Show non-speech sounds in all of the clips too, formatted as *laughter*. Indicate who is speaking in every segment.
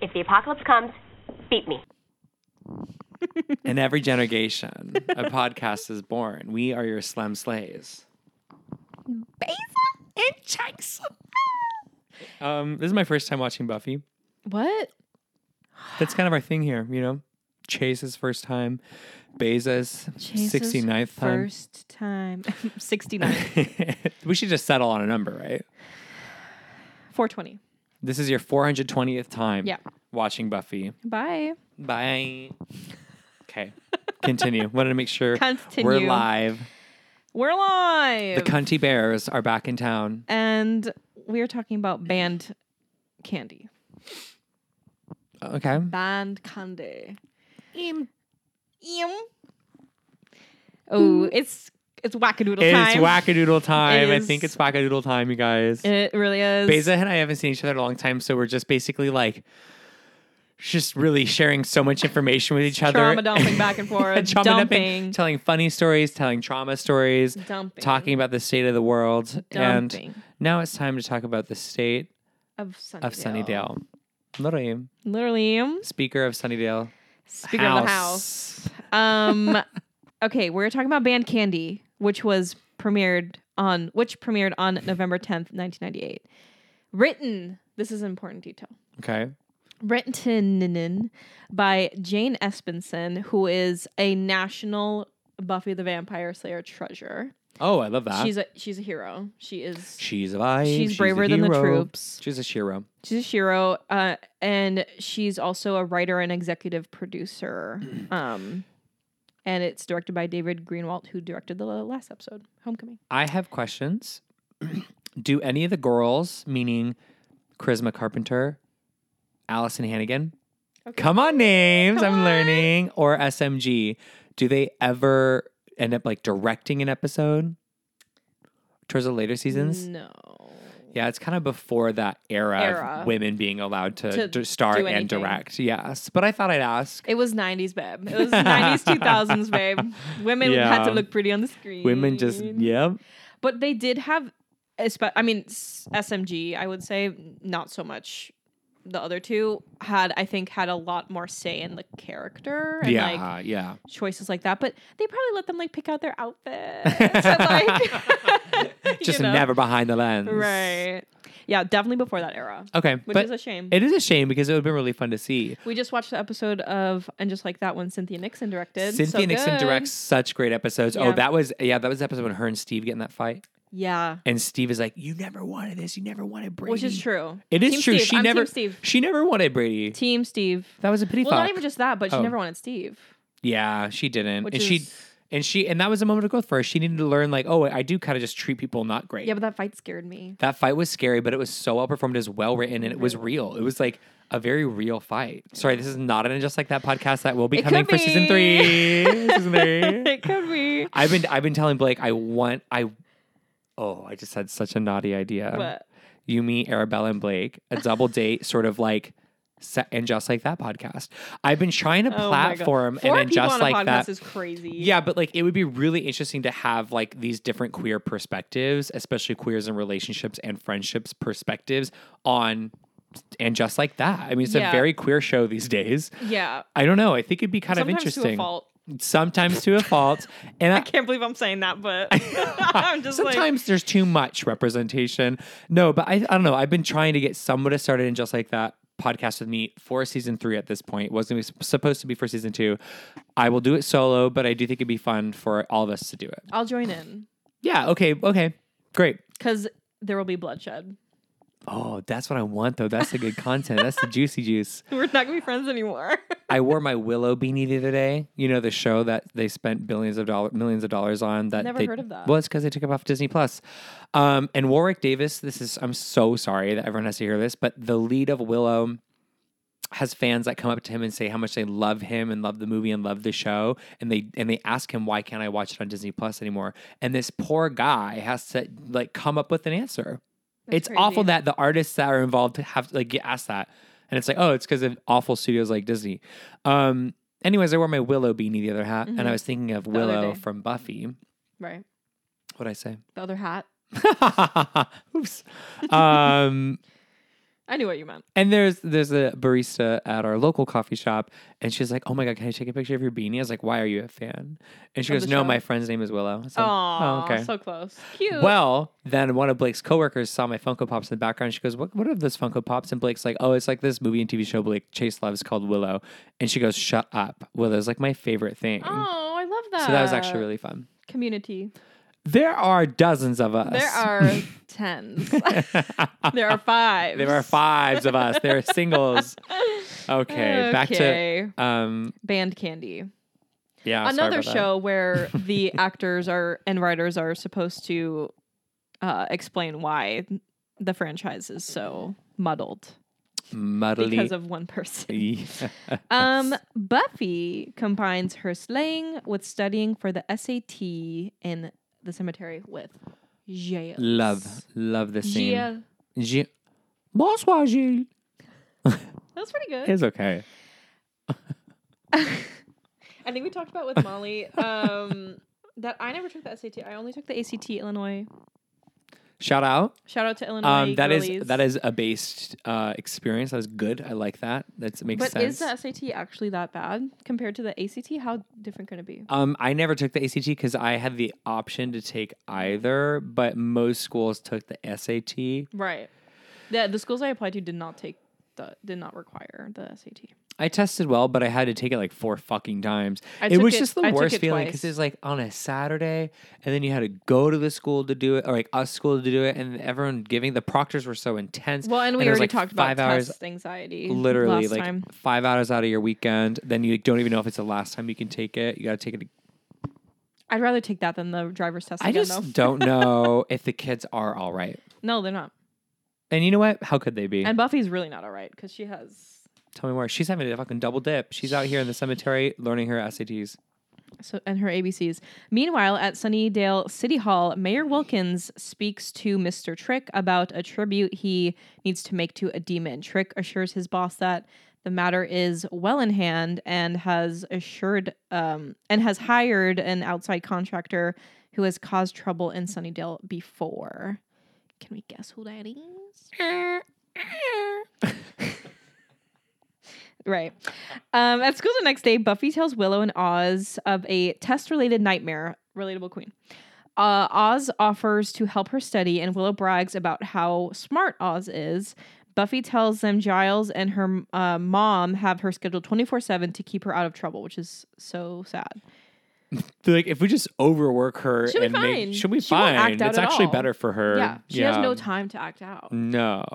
Speaker 1: if the apocalypse comes, beat me.
Speaker 2: In every generation, a podcast is born. We are your slum slays.
Speaker 3: Basil and Jackson.
Speaker 2: Um, this is my first time watching Buffy.
Speaker 3: What?
Speaker 2: That's kind of our thing here, you know? Chase's first time, Beza's 69th time.
Speaker 3: First time. *laughs* 69.
Speaker 2: *laughs* we should just settle on a number, right?
Speaker 3: 420.
Speaker 2: This is your 420th time
Speaker 3: Yeah.
Speaker 2: watching Buffy.
Speaker 3: Bye.
Speaker 2: Bye.
Speaker 3: *laughs*
Speaker 2: Okay. Continue. Wanted to make sure we're
Speaker 3: Continue.
Speaker 2: live.
Speaker 3: We're live.
Speaker 2: The Cunty Bears are back in town.
Speaker 3: and we're talking about band candy.
Speaker 2: Okay.
Speaker 3: Band candy. Oh, it's it's wackadoodle time.
Speaker 2: It's wackadoodle time. I
Speaker 3: is-
Speaker 2: think it's wackadoodle time, you guys.
Speaker 3: It really is.
Speaker 2: Beza and I haven't seen each other in a long time, so we're just basically like just really sharing so much information with each other.
Speaker 3: Trauma dumping back and forth.
Speaker 2: *laughs* Trauma dumping,
Speaker 3: dumping.
Speaker 2: telling funny stories, telling trauma stories,
Speaker 3: Dumping.
Speaker 2: talking about the state of the world.
Speaker 3: Dumping.
Speaker 2: And now it's time to talk about the state
Speaker 3: of Sunnydale.
Speaker 2: of Sunnydale. Lorraine,
Speaker 3: Literally.
Speaker 2: speaker of Sunnydale.
Speaker 3: Speaking of the house. Um okay, we're talking about Band Candy, which was premiered on which premiered on November 10th, 1998. Written, this is an important detail.
Speaker 2: Okay.
Speaker 3: Written by Jane Espenson, who is a national Buffy the Vampire Slayer treasure.
Speaker 2: Oh, I love that.
Speaker 3: She's a she's a hero. She is
Speaker 2: She's alive.
Speaker 3: she's,
Speaker 2: a
Speaker 3: braver than the
Speaker 2: hero.
Speaker 3: troops.
Speaker 2: She's a Shiro.
Speaker 3: She's a hero, uh, and she's also a writer and executive producer. Um, and it's directed by David Greenwald, who directed the last episode, Homecoming.
Speaker 2: I have questions. *clears throat* Do any of the girls, meaning Charisma Carpenter, Allison Hannigan, come on names,
Speaker 3: Come
Speaker 2: I'm
Speaker 3: on.
Speaker 2: learning, or SMG, do they ever end up like directing an episode towards the later seasons?
Speaker 3: No.
Speaker 2: Yeah, it's kind of before that era,
Speaker 3: Era.
Speaker 2: of women being allowed to,
Speaker 3: To
Speaker 2: d- star
Speaker 3: do
Speaker 2: and
Speaker 3: anything.
Speaker 2: direct. Yes, but I thought I'd ask.
Speaker 3: It was 90s, babe. It
Speaker 2: *laughs*
Speaker 3: was 90s, 2000s, babe. Women had
Speaker 2: Yeah.
Speaker 3: to look pretty on the screen.
Speaker 2: Women just, yep.
Speaker 3: But they did have, espe- I mean, s- SMG, I would say, not so much. The other two had, I think, had a lot more say in the character and
Speaker 2: Yeah,
Speaker 3: like
Speaker 2: yeah.
Speaker 3: choices like that, but they probably let them like pick out their outfits.
Speaker 2: *laughs*
Speaker 3: and, like, *laughs*
Speaker 2: Just
Speaker 3: you know.
Speaker 2: never behind the lens.
Speaker 3: right. Yeah, definitely before that era,
Speaker 2: Okay.
Speaker 3: which
Speaker 2: but
Speaker 3: is a shame.
Speaker 2: It is a shame because it would have been really fun to see.
Speaker 3: we just watched the episode of and just like that one Cynthia Nixon directed.
Speaker 2: Cynthia
Speaker 3: So
Speaker 2: Nixon
Speaker 3: good.
Speaker 2: directs such great episodes.
Speaker 3: Yeah.
Speaker 2: Oh, that was yeah, that was the episode when her and Steve get in that fight,
Speaker 3: Yeah,
Speaker 2: and Steve is like, "You never wanted this. You never wanted Brady."
Speaker 3: which is true.
Speaker 2: It is
Speaker 3: Team
Speaker 2: true.
Speaker 3: Steve.
Speaker 2: She
Speaker 3: I'm
Speaker 2: never
Speaker 3: Team Steve.
Speaker 2: she never wanted Brady.
Speaker 3: Team Steve.
Speaker 2: That was a pity.
Speaker 3: Well,
Speaker 2: fuck.
Speaker 3: not even just that, but she
Speaker 2: Oh.
Speaker 3: never wanted Steve.
Speaker 2: yeah, she didn't,
Speaker 3: Which
Speaker 2: and
Speaker 3: is
Speaker 2: she and she and that was a moment of growth for her. She needed to learn like, oh, I do kind of just treat people not great.
Speaker 3: yeah, but that fight scared me.
Speaker 2: that fight was scary, but it was so well performed, it was well written, and it was real. It was like a very real fight. Sorry, this is not an just like that podcast that will be
Speaker 3: It
Speaker 2: coming for
Speaker 3: could
Speaker 2: season
Speaker 3: be. *laughs*
Speaker 2: three. season three.
Speaker 3: *laughs* it could be.
Speaker 2: I've been I've been telling Blake I want I oh I just had such a naughty idea.
Speaker 3: But
Speaker 2: You meet Arabella and Blake a
Speaker 3: *laughs*
Speaker 2: double date sort of like se- and just like that podcast. I've been trying to
Speaker 3: oh my God.
Speaker 2: platform
Speaker 3: Four
Speaker 2: and then
Speaker 3: people
Speaker 2: just
Speaker 3: on a
Speaker 2: like
Speaker 3: podcast
Speaker 2: that.
Speaker 3: is crazy.
Speaker 2: yeah, but like it would be really interesting to have like these different queer perspectives, especially queers in relationships and friendships perspectives on and just like that. I mean, it's
Speaker 3: Yeah.
Speaker 2: a very queer show these days.
Speaker 3: yeah.
Speaker 2: I don't know. I think it'd be kind
Speaker 3: Sometimes
Speaker 2: of interesting.
Speaker 3: to a fault.
Speaker 2: Sometimes to a
Speaker 3: *laughs*
Speaker 2: fault. And I,
Speaker 3: can't believe I'm saying
Speaker 2: *laughs*
Speaker 3: that, but *laughs* I'm just like,
Speaker 2: Sometimes there's too much representation. No, but I, I don't know. I've been trying to get someone to start in just like that podcast with me for season three at this point. It wasn't even supposed to be for season two. I will do it solo, but I do think it'd be fun for all of us to do it.
Speaker 3: I'll join in
Speaker 2: Yeah. Okay. Okay. Great.
Speaker 3: because there will be bloodshed. *laughs*
Speaker 2: Oh, that's what I want though. That's the good content. That's the juicy juice.
Speaker 3: We're not gonna be friends anymore. *laughs*
Speaker 2: I wore my Willow beanie the other day. You know the show that they spent billions of dollars, millions of dollars on. That
Speaker 3: Never
Speaker 2: they,
Speaker 3: heard of that.
Speaker 2: Well, it's because they took it off Disney Plus. Um, and Warwick Davis. This is. I'm so sorry that everyone has to hear this, but the lead of Willow has fans that come up to him and say how much they love him and love the movie and love the show and they and they ask him why can't I watch it on Disney Plus anymore and this poor guy has to like come up with an answer. it's awful
Speaker 3: crazy.
Speaker 2: that the artists that are involved have to like get asked that and it's like oh it's because of awful studios like Disney. Um anyways I wore my Willow beanie the other hat and I was thinking of
Speaker 3: Mm-hmm. other
Speaker 2: Willow
Speaker 3: day.
Speaker 2: from Buffy.
Speaker 3: right.
Speaker 2: *laughs* What'd I say?
Speaker 3: *laughs* The other hat.
Speaker 2: Oops. Um
Speaker 3: I I knew what you meant.
Speaker 2: And there's there's a barista at our local coffee shop, and she's like, "Oh my god, can I take a picture of your beanie?" I was like, "Why are you a fan?" And she
Speaker 3: Of
Speaker 2: goes,
Speaker 3: the
Speaker 2: "No,
Speaker 3: show?
Speaker 2: my friend's name is Willow." I said,
Speaker 3: Aw, so close. Cute.
Speaker 2: Oh, Well, then one of Blake's coworkers saw my Funko Pops in the background. She goes, "What? What are those Funko Pops?" And Blake's like, "Oh, it's like this movie and TV show Blake Chase loves called Willow." And she goes, "Shut up, Willow's like my favorite thing."
Speaker 3: oh, I love that.
Speaker 2: So that was actually really fun.
Speaker 3: community.
Speaker 2: There are dozens of us.
Speaker 3: There are
Speaker 2: *laughs*
Speaker 3: tens. *laughs* there are five.
Speaker 2: there are fives of us. There are
Speaker 3: *laughs*
Speaker 2: singles. Okay, back to
Speaker 3: Okay.
Speaker 2: um
Speaker 3: Band Candy.
Speaker 2: yeah sorry
Speaker 3: Another
Speaker 2: about that. *laughs*
Speaker 3: show where the actors are and writers are supposed to uh, explain why the franchise is so muddled
Speaker 2: muddly.
Speaker 3: because of one person.
Speaker 2: Yeah.
Speaker 3: Um, Buffy combines her slaying with studying for the SAT in the cemetery with Jails.
Speaker 2: *laughs* love, love the scene.
Speaker 3: Jail.
Speaker 2: Gi- Bonsoir, Gilles.
Speaker 3: That's pretty good.
Speaker 2: It's okay.
Speaker 3: I think we talked about with Molly um, that I never took the SAT. I only took the ACT Illinois.
Speaker 2: Shout out.
Speaker 3: Shout out to Illinois.
Speaker 2: Um, that is
Speaker 3: girlies.
Speaker 2: that is a based uh, experience. That was good. I like that. That makes
Speaker 3: But
Speaker 2: sense.
Speaker 3: is the SAT actually that bad compared to the ACT? How different can it be?
Speaker 2: um, I never took the ACT because I had the option to take either, but most schools took the SAT.
Speaker 3: Right. The the schools I applied to did not take the did not require the SAT.
Speaker 2: I tested well, but I had to take it like four fucking times.
Speaker 3: I
Speaker 2: it
Speaker 3: took
Speaker 2: was
Speaker 3: it-
Speaker 2: just the
Speaker 3: I took
Speaker 2: worst
Speaker 3: it
Speaker 2: feeling
Speaker 3: twice.
Speaker 2: because it was like on a Saturday, and then you had to go to the school to do it, or like us school to do it, and everyone giving the proctors were so intense.
Speaker 3: Well, and we
Speaker 2: it was,
Speaker 3: already
Speaker 2: like,
Speaker 3: talked about
Speaker 2: five hours,
Speaker 3: test anxiety.
Speaker 2: literally
Speaker 3: last
Speaker 2: like
Speaker 3: time.
Speaker 2: five hours out of your weekend. Then you don't even know if it's the last time you can take it. You got to take it.
Speaker 3: I'd rather take that than the driver's test.
Speaker 2: I
Speaker 3: again,
Speaker 2: just
Speaker 3: *laughs* though.
Speaker 2: don't know if the kids are all right.
Speaker 3: no, they're not.
Speaker 2: And you know what? How could they be?
Speaker 3: And Buffy's really not all right because she has
Speaker 2: Tell me more. She's having a fucking double dip. She's out here in the cemetery learning her SATs.
Speaker 3: So and her ABCs. Meanwhile, at Sunnydale City Hall, Mayor Wilkins speaks to Mr. Trick about a tribute he needs to make to a demon. Trick assures his boss that the matter is well in hand and has assured um, and has hired an outside contractor who has caused trouble in Sunnydale before. Can we guess who that is? right. Um, at school the next day, Buffy tells Willow and Oz of a test related nightmare, relatable queen. Uh, Oz offers to help her study, and Willow brags about how smart Oz is. Buffy tells them Giles and her uh, mom have her scheduled 24 7 to keep her out of trouble, which is so sad.
Speaker 2: They're like, if we just overwork her
Speaker 3: She'll be
Speaker 2: and
Speaker 3: fine.
Speaker 2: make, she'll be
Speaker 3: She won't act
Speaker 2: fine.
Speaker 3: out
Speaker 2: It's
Speaker 3: at
Speaker 2: actually
Speaker 3: all.
Speaker 2: better for her.
Speaker 3: yeah, she has no time to act out.
Speaker 2: No.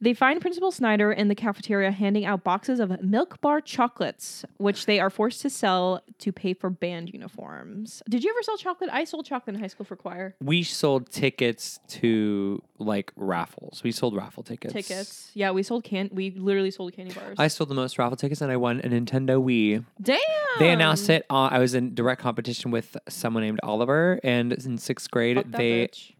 Speaker 3: They find Principal Snyder in the cafeteria handing out boxes of milk bar chocolates, which they are forced to sell to pay for band uniforms. Did you ever sell chocolate? I sold chocolate in high school for choir
Speaker 2: We sold tickets to like raffles. We sold raffle tickets.
Speaker 3: tickets. Yeah, we sold can. We literally sold candy bars.
Speaker 2: I sold the most raffle tickets and I won a Nintendo Wii.
Speaker 3: Damn.
Speaker 2: They
Speaker 3: Um.
Speaker 2: announced it. On, I was in direct competition with someone named Oliver, and in sixth grade,
Speaker 3: Fuck that
Speaker 2: they.
Speaker 3: bitch.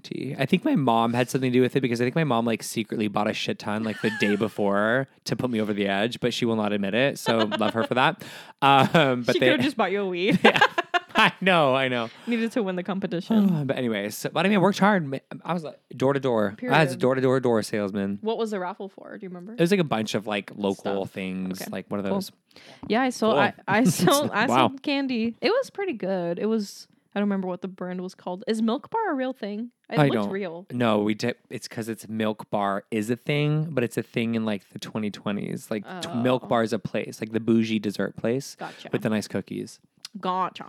Speaker 2: Tea. I think my mom had something to do with it because I think my mom like secretly bought a shit ton like the
Speaker 3: *laughs*
Speaker 2: day before to put me over the edge, but she will not admit it. So love her for that. Um, but
Speaker 3: *laughs* she
Speaker 2: they.
Speaker 3: could have just bought you
Speaker 2: *laughs*
Speaker 3: a weed.
Speaker 2: I know. I know.
Speaker 3: *laughs*
Speaker 2: *sighs*
Speaker 3: Needed to win the competition.
Speaker 2: Uh, But anyways, so- but I mean, I worked hard. ma- I was like door to door. I was a
Speaker 3: Period.
Speaker 2: door to door door salesman.
Speaker 3: *sighs* what was the raffle for? Do you remember?
Speaker 2: It was like a bunch of like local things,
Speaker 3: Okay.
Speaker 2: like one of those.
Speaker 3: Yeah, I sold.
Speaker 2: Cool.
Speaker 3: I,
Speaker 2: *laughs*
Speaker 3: I sold. I
Speaker 2: Wow.
Speaker 3: sold candy. It was pretty good. It was. I don't remember what the brand was called. Is Milk Bar a real thing? It
Speaker 2: I
Speaker 3: looked
Speaker 2: don't-
Speaker 3: real.
Speaker 2: No, we did. It's because it's Milk Bar is a thing, but it's a thing in like the 2020s. Like t-
Speaker 3: Oh.
Speaker 2: Milk Bar is a place, like the bougie dessert place
Speaker 3: Gotcha.
Speaker 2: with the nice cookies.
Speaker 3: Gotcha.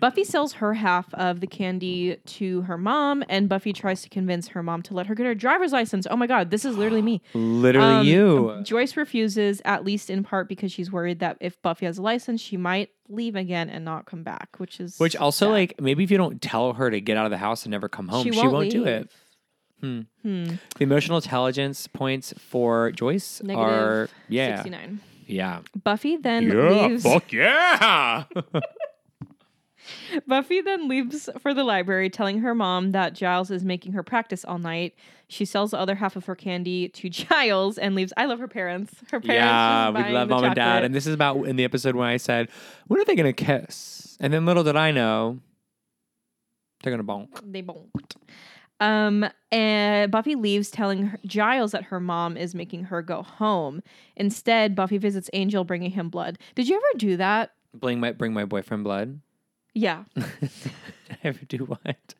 Speaker 3: Buffy sells her half of the candy to her mom, and Buffy tries to convince her mom to let her get her driver's license. Oh my God, this is
Speaker 2: *sighs*
Speaker 3: literally me.
Speaker 2: Literally,
Speaker 3: Um,
Speaker 2: you.
Speaker 3: Joyce refuses, at least in part because she's worried that if Buffy has a license, she might leave again and not come back, which is
Speaker 2: Which also,
Speaker 3: sad.
Speaker 2: like, maybe if you don't tell her to get out of the house and never come home, she won't, do
Speaker 3: leave. Hmm.
Speaker 2: it. Hmm. The emotional intelligence points for Joyce
Speaker 3: Negative
Speaker 2: are yeah,
Speaker 3: 69.
Speaker 2: yeah,
Speaker 3: Buffy then leaves. *laughs*
Speaker 2: yeah.
Speaker 3: Buffy then leaves for the library, telling her mom that Giles is making her practice all night. She sells the other half of her candy to *laughs* Giles and leaves. I love her parents. Her parents.
Speaker 2: yeah,
Speaker 3: just
Speaker 2: we
Speaker 3: buying
Speaker 2: love
Speaker 3: the
Speaker 2: mom and dad.
Speaker 3: chocolate.
Speaker 2: And this is about in the episode when I said, "When are they gonna kiss?" And then little did I know, they're gonna bonk.
Speaker 3: they bonked. Um, and Buffy leaves, telling her, Giles that her mom is making her go home. Instead, Buffy visits Angel, bringing him blood. Did you ever do that?
Speaker 2: Bling might bring my boyfriend blood. *laughs*
Speaker 3: Yeah,
Speaker 2: Ever do
Speaker 3: *gasps*
Speaker 2: what?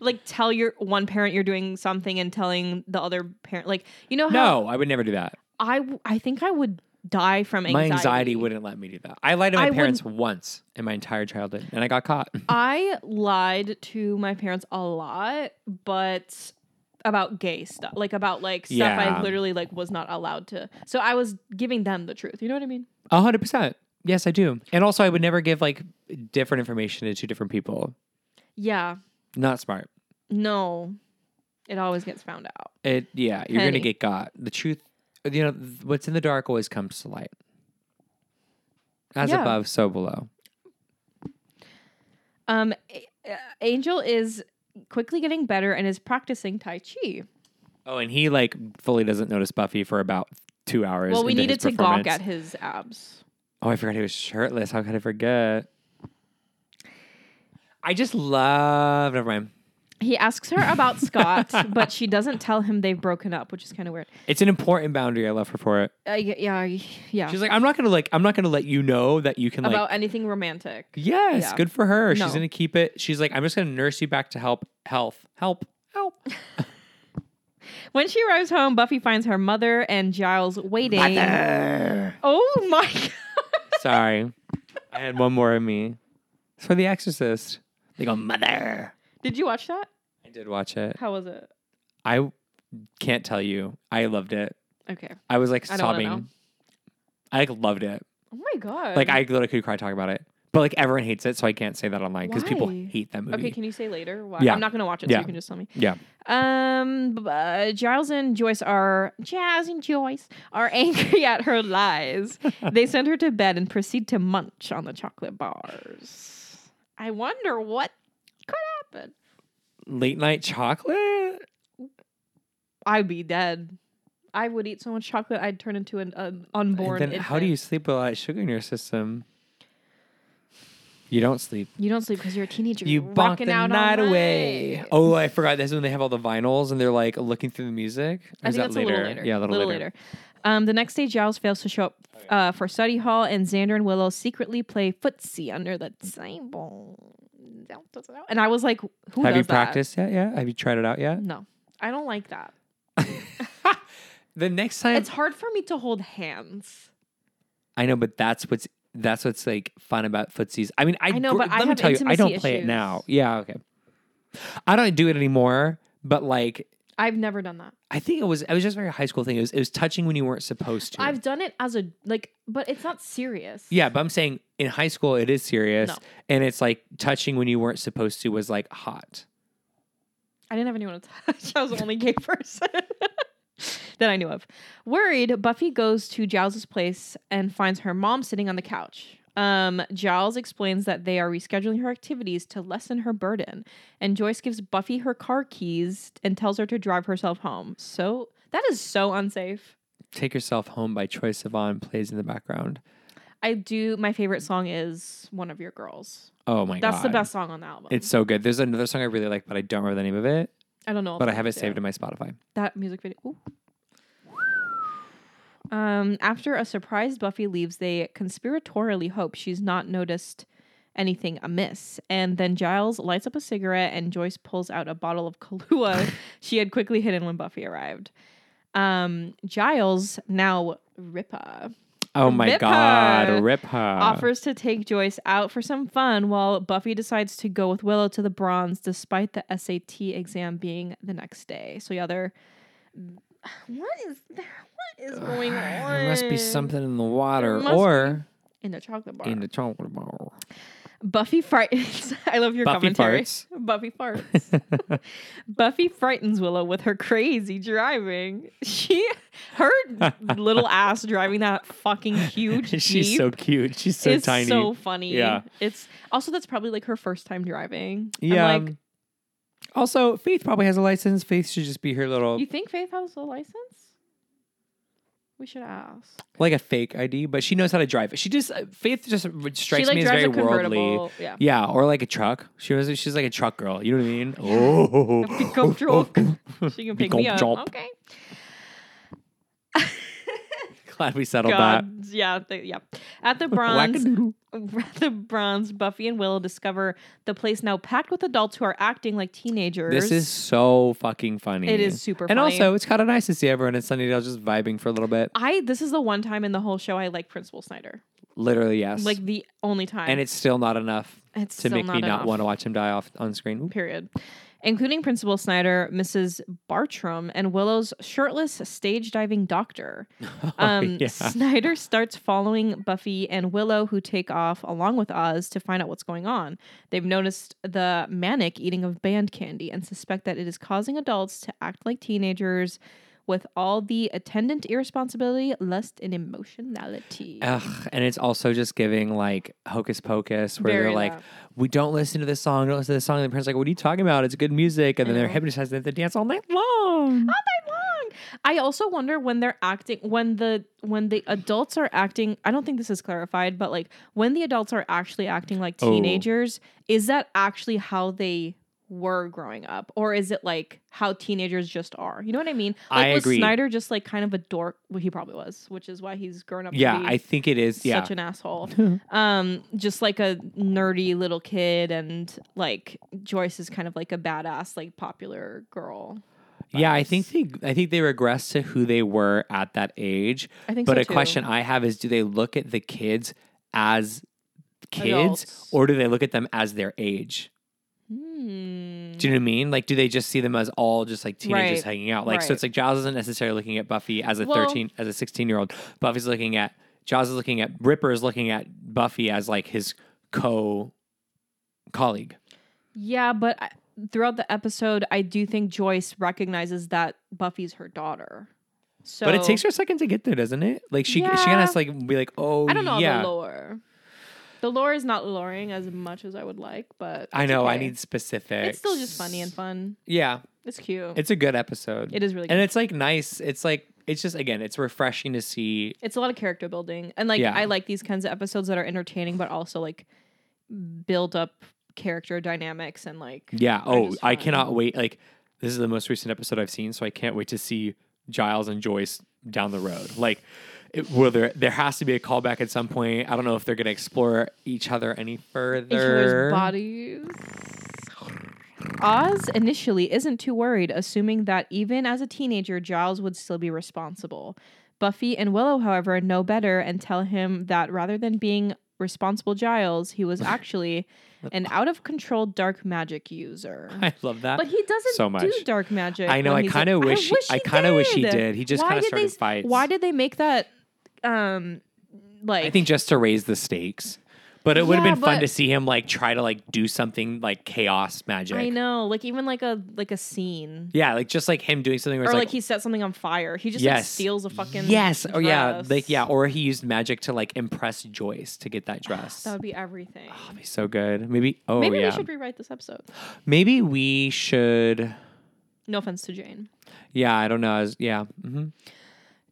Speaker 3: like tell your one parent you're doing something and telling the other parent, like you know how
Speaker 2: No, I would never do that.
Speaker 3: I w- I think I would die from
Speaker 2: My
Speaker 3: anxiety.
Speaker 2: anxiety wouldn't let me do that. I lied to my
Speaker 3: I
Speaker 2: parents once in my entire childhood, and I got caught.
Speaker 3: I lied to my parents a lot, but about gay stuff, like about like stuff
Speaker 2: Yeah.
Speaker 3: I literally like was not allowed to. So I was giving them the truth. You know what I mean?
Speaker 2: A hundred percent. Yes, I do. And also, I would never give like different information to two different people.
Speaker 3: Yeah.
Speaker 2: Not smart.
Speaker 3: No. It always gets found out.
Speaker 2: It. Yeah, you're
Speaker 3: Penny.
Speaker 2: gonna get got. The truth. You know th- what's in the dark always comes to light. As
Speaker 3: Yeah.
Speaker 2: above, so below.
Speaker 3: Um A- uh, Angel is quickly getting better and is practicing tai chi.
Speaker 2: Oh, and he like fully doesn't notice Buffy for about two hours.
Speaker 3: Well, we
Speaker 2: into his
Speaker 3: needed to gawk
Speaker 2: performance.
Speaker 3: at his abs.
Speaker 2: Oh, I forgot he was shirtless. How could I forget? I just love. Never mind.
Speaker 3: He asks
Speaker 2: *laughs*
Speaker 3: her about Scott, but she doesn't tell him they've broken up, which is kind of weird.
Speaker 2: It's an important boundary. I love her for it.
Speaker 3: Uh, y- yeah, y- yeah.
Speaker 2: She's like, I'm not gonna like, I'm not gonna let you know that you can like.
Speaker 3: about anything romantic.
Speaker 2: yes,
Speaker 3: yeah.
Speaker 2: good for her.
Speaker 3: No.
Speaker 2: She's gonna keep it. She's like, I'm just gonna nurse you back to help, health, help,
Speaker 3: *laughs*
Speaker 2: help.
Speaker 3: When she arrives home, Buffy finds her mother and Giles waiting. Oh my *laughs* god.
Speaker 2: Sorry, I had one more in me. It's for The Exorcist. They go, mother.
Speaker 3: Did you watch that?
Speaker 2: I did watch it.
Speaker 3: How was it?
Speaker 2: I can't tell you. I loved it.
Speaker 3: Okay.
Speaker 2: I was like
Speaker 3: I don't wanna know.
Speaker 2: sobbing. I like loved it.
Speaker 3: Oh my god.
Speaker 2: Like I literally could cry talk about it. But like everyone hates it, so I can't say that online because people
Speaker 3: Why?
Speaker 2: hate that movie.
Speaker 3: Okay, can you say later? Why?
Speaker 2: Yeah.
Speaker 3: I'm not gonna watch it, so
Speaker 2: Yeah.
Speaker 3: you can just tell me.
Speaker 2: yeah.
Speaker 3: Um, b- uh, Giles and Joyce are Giles and Joyce are *laughs* angry at her lies. they send her to bed and proceed to munch on the chocolate bars. I wonder what could happen.
Speaker 2: Late night chocolate?
Speaker 3: I'd be dead. I would eat so much chocolate I'd turn into an, an unborn.
Speaker 2: And then how do
Speaker 3: infant.
Speaker 2: you sleep with all that sugar in your system? You don't sleep.
Speaker 3: You don't sleep because you're a teenager.
Speaker 2: You
Speaker 3: You're
Speaker 2: bonk
Speaker 3: rocking
Speaker 2: the
Speaker 3: out all
Speaker 2: night away.
Speaker 3: night.
Speaker 2: Oh, I forgot. That's when they have all the vinyls and they're like looking through the music. Or
Speaker 3: I
Speaker 2: is
Speaker 3: think
Speaker 2: that
Speaker 3: that's
Speaker 2: later?
Speaker 3: a little later.
Speaker 2: Yeah, a little, later. Oh,
Speaker 3: Um, the next day, Giles fails to show up uh, for study hall, and Xander and Willow secretly play footsie under the table. And I was like, "Who
Speaker 2: Have
Speaker 3: does
Speaker 2: you
Speaker 3: that?
Speaker 2: practiced yet? Yeah. Have you tried it out yet?
Speaker 3: No, I don't like that.
Speaker 2: The next time
Speaker 3: It's hard for me to hold hands.
Speaker 2: I know, but that's what's that's what's like fun about footsies. I mean, I,
Speaker 3: I know,
Speaker 2: gr-
Speaker 3: but I
Speaker 2: let me
Speaker 3: have
Speaker 2: tell you, I
Speaker 3: intimacy
Speaker 2: don't play it
Speaker 3: issues.
Speaker 2: now. Yeah, okay. I don't do it anymore, but like
Speaker 3: I've never done that.
Speaker 2: I think it was it was just a very high school thing. It was it was touching when you weren't supposed to.
Speaker 3: I've done it as a like, but it's not serious.
Speaker 2: yeah, but I'm saying in high school it is serious,
Speaker 3: No.
Speaker 2: and it's like touching when you weren't supposed to was like hot.
Speaker 3: I didn't have anyone to touch. *laughs* I was the only gay person *laughs* that I knew of. Worried, Buffy goes to Giles's place and finds her mom sitting on the couch. Um, Giles explains that they are rescheduling her activities to lessen her burden, and Joyce gives Buffy her car keys and tells her to drive herself home. So that is so unsafe.
Speaker 2: Take yourself home by Troy Sivan plays in the background.
Speaker 3: I do. My favorite song is "One of Your Girls."
Speaker 2: Oh my god,
Speaker 3: That's the best song on the album.
Speaker 2: It's so good. There's another song I really like, but I don't remember the name of it.
Speaker 3: I don't know, all
Speaker 2: But
Speaker 3: the
Speaker 2: I have it
Speaker 3: words, yeah.
Speaker 2: saved in my Spotify.
Speaker 3: That music video. Ooh. Um, after a surprise, Buffy leaves. They conspiratorially hope she's not noticed anything amiss. And then Giles lights up a cigarette, and Joyce pulls out a bottle of Kahlua she had quickly hidden when Buffy arrived. Um, Giles, now Ripa,
Speaker 2: Oh my
Speaker 3: Rip her.
Speaker 2: god, rip her.
Speaker 3: offers to take Joyce out for some fun while Buffy decides to go with Willow to the bronze despite the SAT exam being the next day. So yeah, they're what is what is going on?
Speaker 2: There must be something in the water
Speaker 3: must
Speaker 2: or
Speaker 3: in the chocolate bar.
Speaker 2: in the chocolate bar.
Speaker 3: Buffy frightens. *laughs* I love your
Speaker 2: Buffy
Speaker 3: commentary.
Speaker 2: farts.
Speaker 3: *laughs* Buffy farts.
Speaker 2: *laughs*
Speaker 3: Buffy frightens Willow with her crazy driving. *laughs* She,
Speaker 2: *laughs*
Speaker 3: her little ass driving that fucking huge
Speaker 2: *laughs* She's
Speaker 3: jeep.
Speaker 2: so cute. She's so
Speaker 3: it's
Speaker 2: tiny.
Speaker 3: so funny.
Speaker 2: Yeah.
Speaker 3: It's also that's probably like her first time driving. I'm
Speaker 2: yeah. um,
Speaker 3: like,
Speaker 2: also, Faith probably has a license. Faith should just be her little.
Speaker 3: you think Faith has a license? We should ask.
Speaker 2: *laughs* like a fake ID, but she knows how to drive. She just uh, Faith just r- strikes
Speaker 3: she like
Speaker 2: me as
Speaker 3: drives
Speaker 2: very
Speaker 3: a convertible.
Speaker 2: worldly.
Speaker 3: Yeah.
Speaker 2: Yeah, or like a truck. She was she's like a truck girl. You know what I mean? *laughs* Oh,
Speaker 3: *laughs* Pick up truck. She can pick me up.
Speaker 2: Pick-up-drop.
Speaker 3: Okay.
Speaker 2: Glad we settled
Speaker 3: God. Yeah. Th- yeah.
Speaker 2: *laughs*
Speaker 3: At the
Speaker 2: that.
Speaker 3: bronze,
Speaker 2: Wackadoodle.
Speaker 3: at the bronze, Buffy and Willow discover the place now packed with adults who are acting like teenagers.
Speaker 2: This is so fucking funny.
Speaker 3: It is super
Speaker 2: And
Speaker 3: funny.
Speaker 2: also, it's kind of nice to see everyone in Sunnydale just vibing for a little bit.
Speaker 3: I. This is the one time in the whole show I like Principal Snyder.
Speaker 2: Literally, yes.
Speaker 3: Like the only time.
Speaker 2: and it's still not enough
Speaker 3: It's
Speaker 2: to
Speaker 3: still
Speaker 2: make me not
Speaker 3: enough.
Speaker 2: want to watch him die off on screen. Oop.
Speaker 3: period, including Principal Snyder, Mrs. Bartram, and Willow's shirtless stage diving doctor. Um,
Speaker 2: yeah.
Speaker 3: Snyder starts following Buffy and Willow, who take off along with Oz to find out what's going on. They've noticed the manic eating of band candy and suspect that it is causing adults to act like teenagers. With all the attendant irresponsibility, lust, and emotionality.
Speaker 2: Ugh, and it's also just giving like hocus pocus where
Speaker 3: Very
Speaker 2: they're like,
Speaker 3: loud.
Speaker 2: we don't listen to this song, don't listen to this song. And the parents are like, what are you talking about? It's good music. And then they're
Speaker 3: know.
Speaker 2: hypnotized and they dance all night long.
Speaker 3: long. I also wonder when they're acting when the when the adults are acting I don't think this is clarified, but like when the adults are actually acting like
Speaker 2: Oh.
Speaker 3: teenagers, is that actually how they were growing up? Or is it like how teenagers just are? You know what I mean? Like
Speaker 2: I
Speaker 3: was
Speaker 2: agree.
Speaker 3: Snyder just like kind of a dork well, he probably was, which is why he's grown up
Speaker 2: Yeah,
Speaker 3: to be
Speaker 2: I think it is. Yeah.
Speaker 3: such
Speaker 2: *laughs*
Speaker 3: an asshole. um, just like a nerdy little kid and like Joyce is kind of like a badass, like popular girl.
Speaker 2: yeah, I think they I think they regress to who they were at that age.
Speaker 3: I think
Speaker 2: But
Speaker 3: so
Speaker 2: a
Speaker 3: too.
Speaker 2: question I have is do they look at the kids as kids
Speaker 3: Adults.
Speaker 2: or do they look at them as their age?
Speaker 3: Hmm.
Speaker 2: Do you know what I mean? Like, do they just see them as all just like teenagers
Speaker 3: Right.
Speaker 2: hanging out? Like, so it's like Giles isn't necessarily looking at Buffy as a
Speaker 3: Well-
Speaker 2: thirteen, as a sixteen-year-old. Buffy's looking at Giles is looking at Ripper is looking at Buffy as like his co colleague.
Speaker 3: Yeah, but I, throughout the episode, I do think Joyce recognizes that Buffy's her daughter. So,
Speaker 2: but it takes her a second to get there, doesn't it? Like she she
Speaker 3: Yeah.
Speaker 2: kind of has to like be like, oh,
Speaker 3: I don't know
Speaker 2: yeah.
Speaker 3: the lore. The lore is not luring as much as I would like, but
Speaker 2: I
Speaker 3: it's
Speaker 2: know. I
Speaker 3: okay.
Speaker 2: need specifics.
Speaker 3: It's still just funny and fun.
Speaker 2: Yeah,
Speaker 3: It's cute. It's,
Speaker 2: it's a good episode.
Speaker 3: really. Good.
Speaker 2: and it's like nice. It's like it's just again, it's refreshing to see.
Speaker 3: it's a lot of character building, and like
Speaker 2: Yeah.
Speaker 3: I like these kinds of episodes that are entertaining, but also like build up character dynamics and like
Speaker 2: Yeah. Oh,
Speaker 3: just
Speaker 2: I
Speaker 3: fun.
Speaker 2: cannot wait. Like, this is the most recent episode I've seen, so I can't wait to see Giles and Joyce down the road. Like, it, where there there has to be a callback at some point. I don't know if they're going to explore each other any
Speaker 3: each other's
Speaker 2: further.
Speaker 3: bodies. Oz initially isn't too worried, assuming that even as a teenager, Giles would still be responsible. Buffy and Willow, however, know better and tell him that rather than being responsible Giles,
Speaker 2: *laughs*
Speaker 3: he was actually an out of control dark magic user.
Speaker 2: *laughs* *laughs* I love that.
Speaker 3: But he doesn't
Speaker 2: so much.
Speaker 3: do dark magic.
Speaker 2: I know.
Speaker 3: when
Speaker 2: I
Speaker 3: he's a-
Speaker 2: kind of wish. he- I kind of wish he did. He just
Speaker 3: Why
Speaker 2: kind of
Speaker 3: did they
Speaker 2: started
Speaker 3: s-
Speaker 2: fights.
Speaker 3: Why did they make that? Um, like
Speaker 2: I think just to raise the stakes. But it would have
Speaker 3: Yeah,
Speaker 2: been fun
Speaker 3: but-
Speaker 2: to see him like try to like do something like chaos magic.
Speaker 3: I know, like even like a like a scene,
Speaker 2: Yeah, like just like him doing something where
Speaker 3: or
Speaker 2: it's
Speaker 3: like,
Speaker 2: like,
Speaker 3: he set something on fire. He just like steals a fucking
Speaker 2: yes. Oh yeah,
Speaker 3: dress.
Speaker 2: like yeah, or he used magic to like impress Joyce to get that dress.
Speaker 3: *sighs* That would be everything.
Speaker 2: That'd be so good. Maybe. Oh
Speaker 3: Maybe
Speaker 2: yeah.
Speaker 3: we should rewrite this episode.
Speaker 2: Maybe we should.
Speaker 3: No offense to Jane.
Speaker 2: Yeah, I don't know. I was- yeah. hmm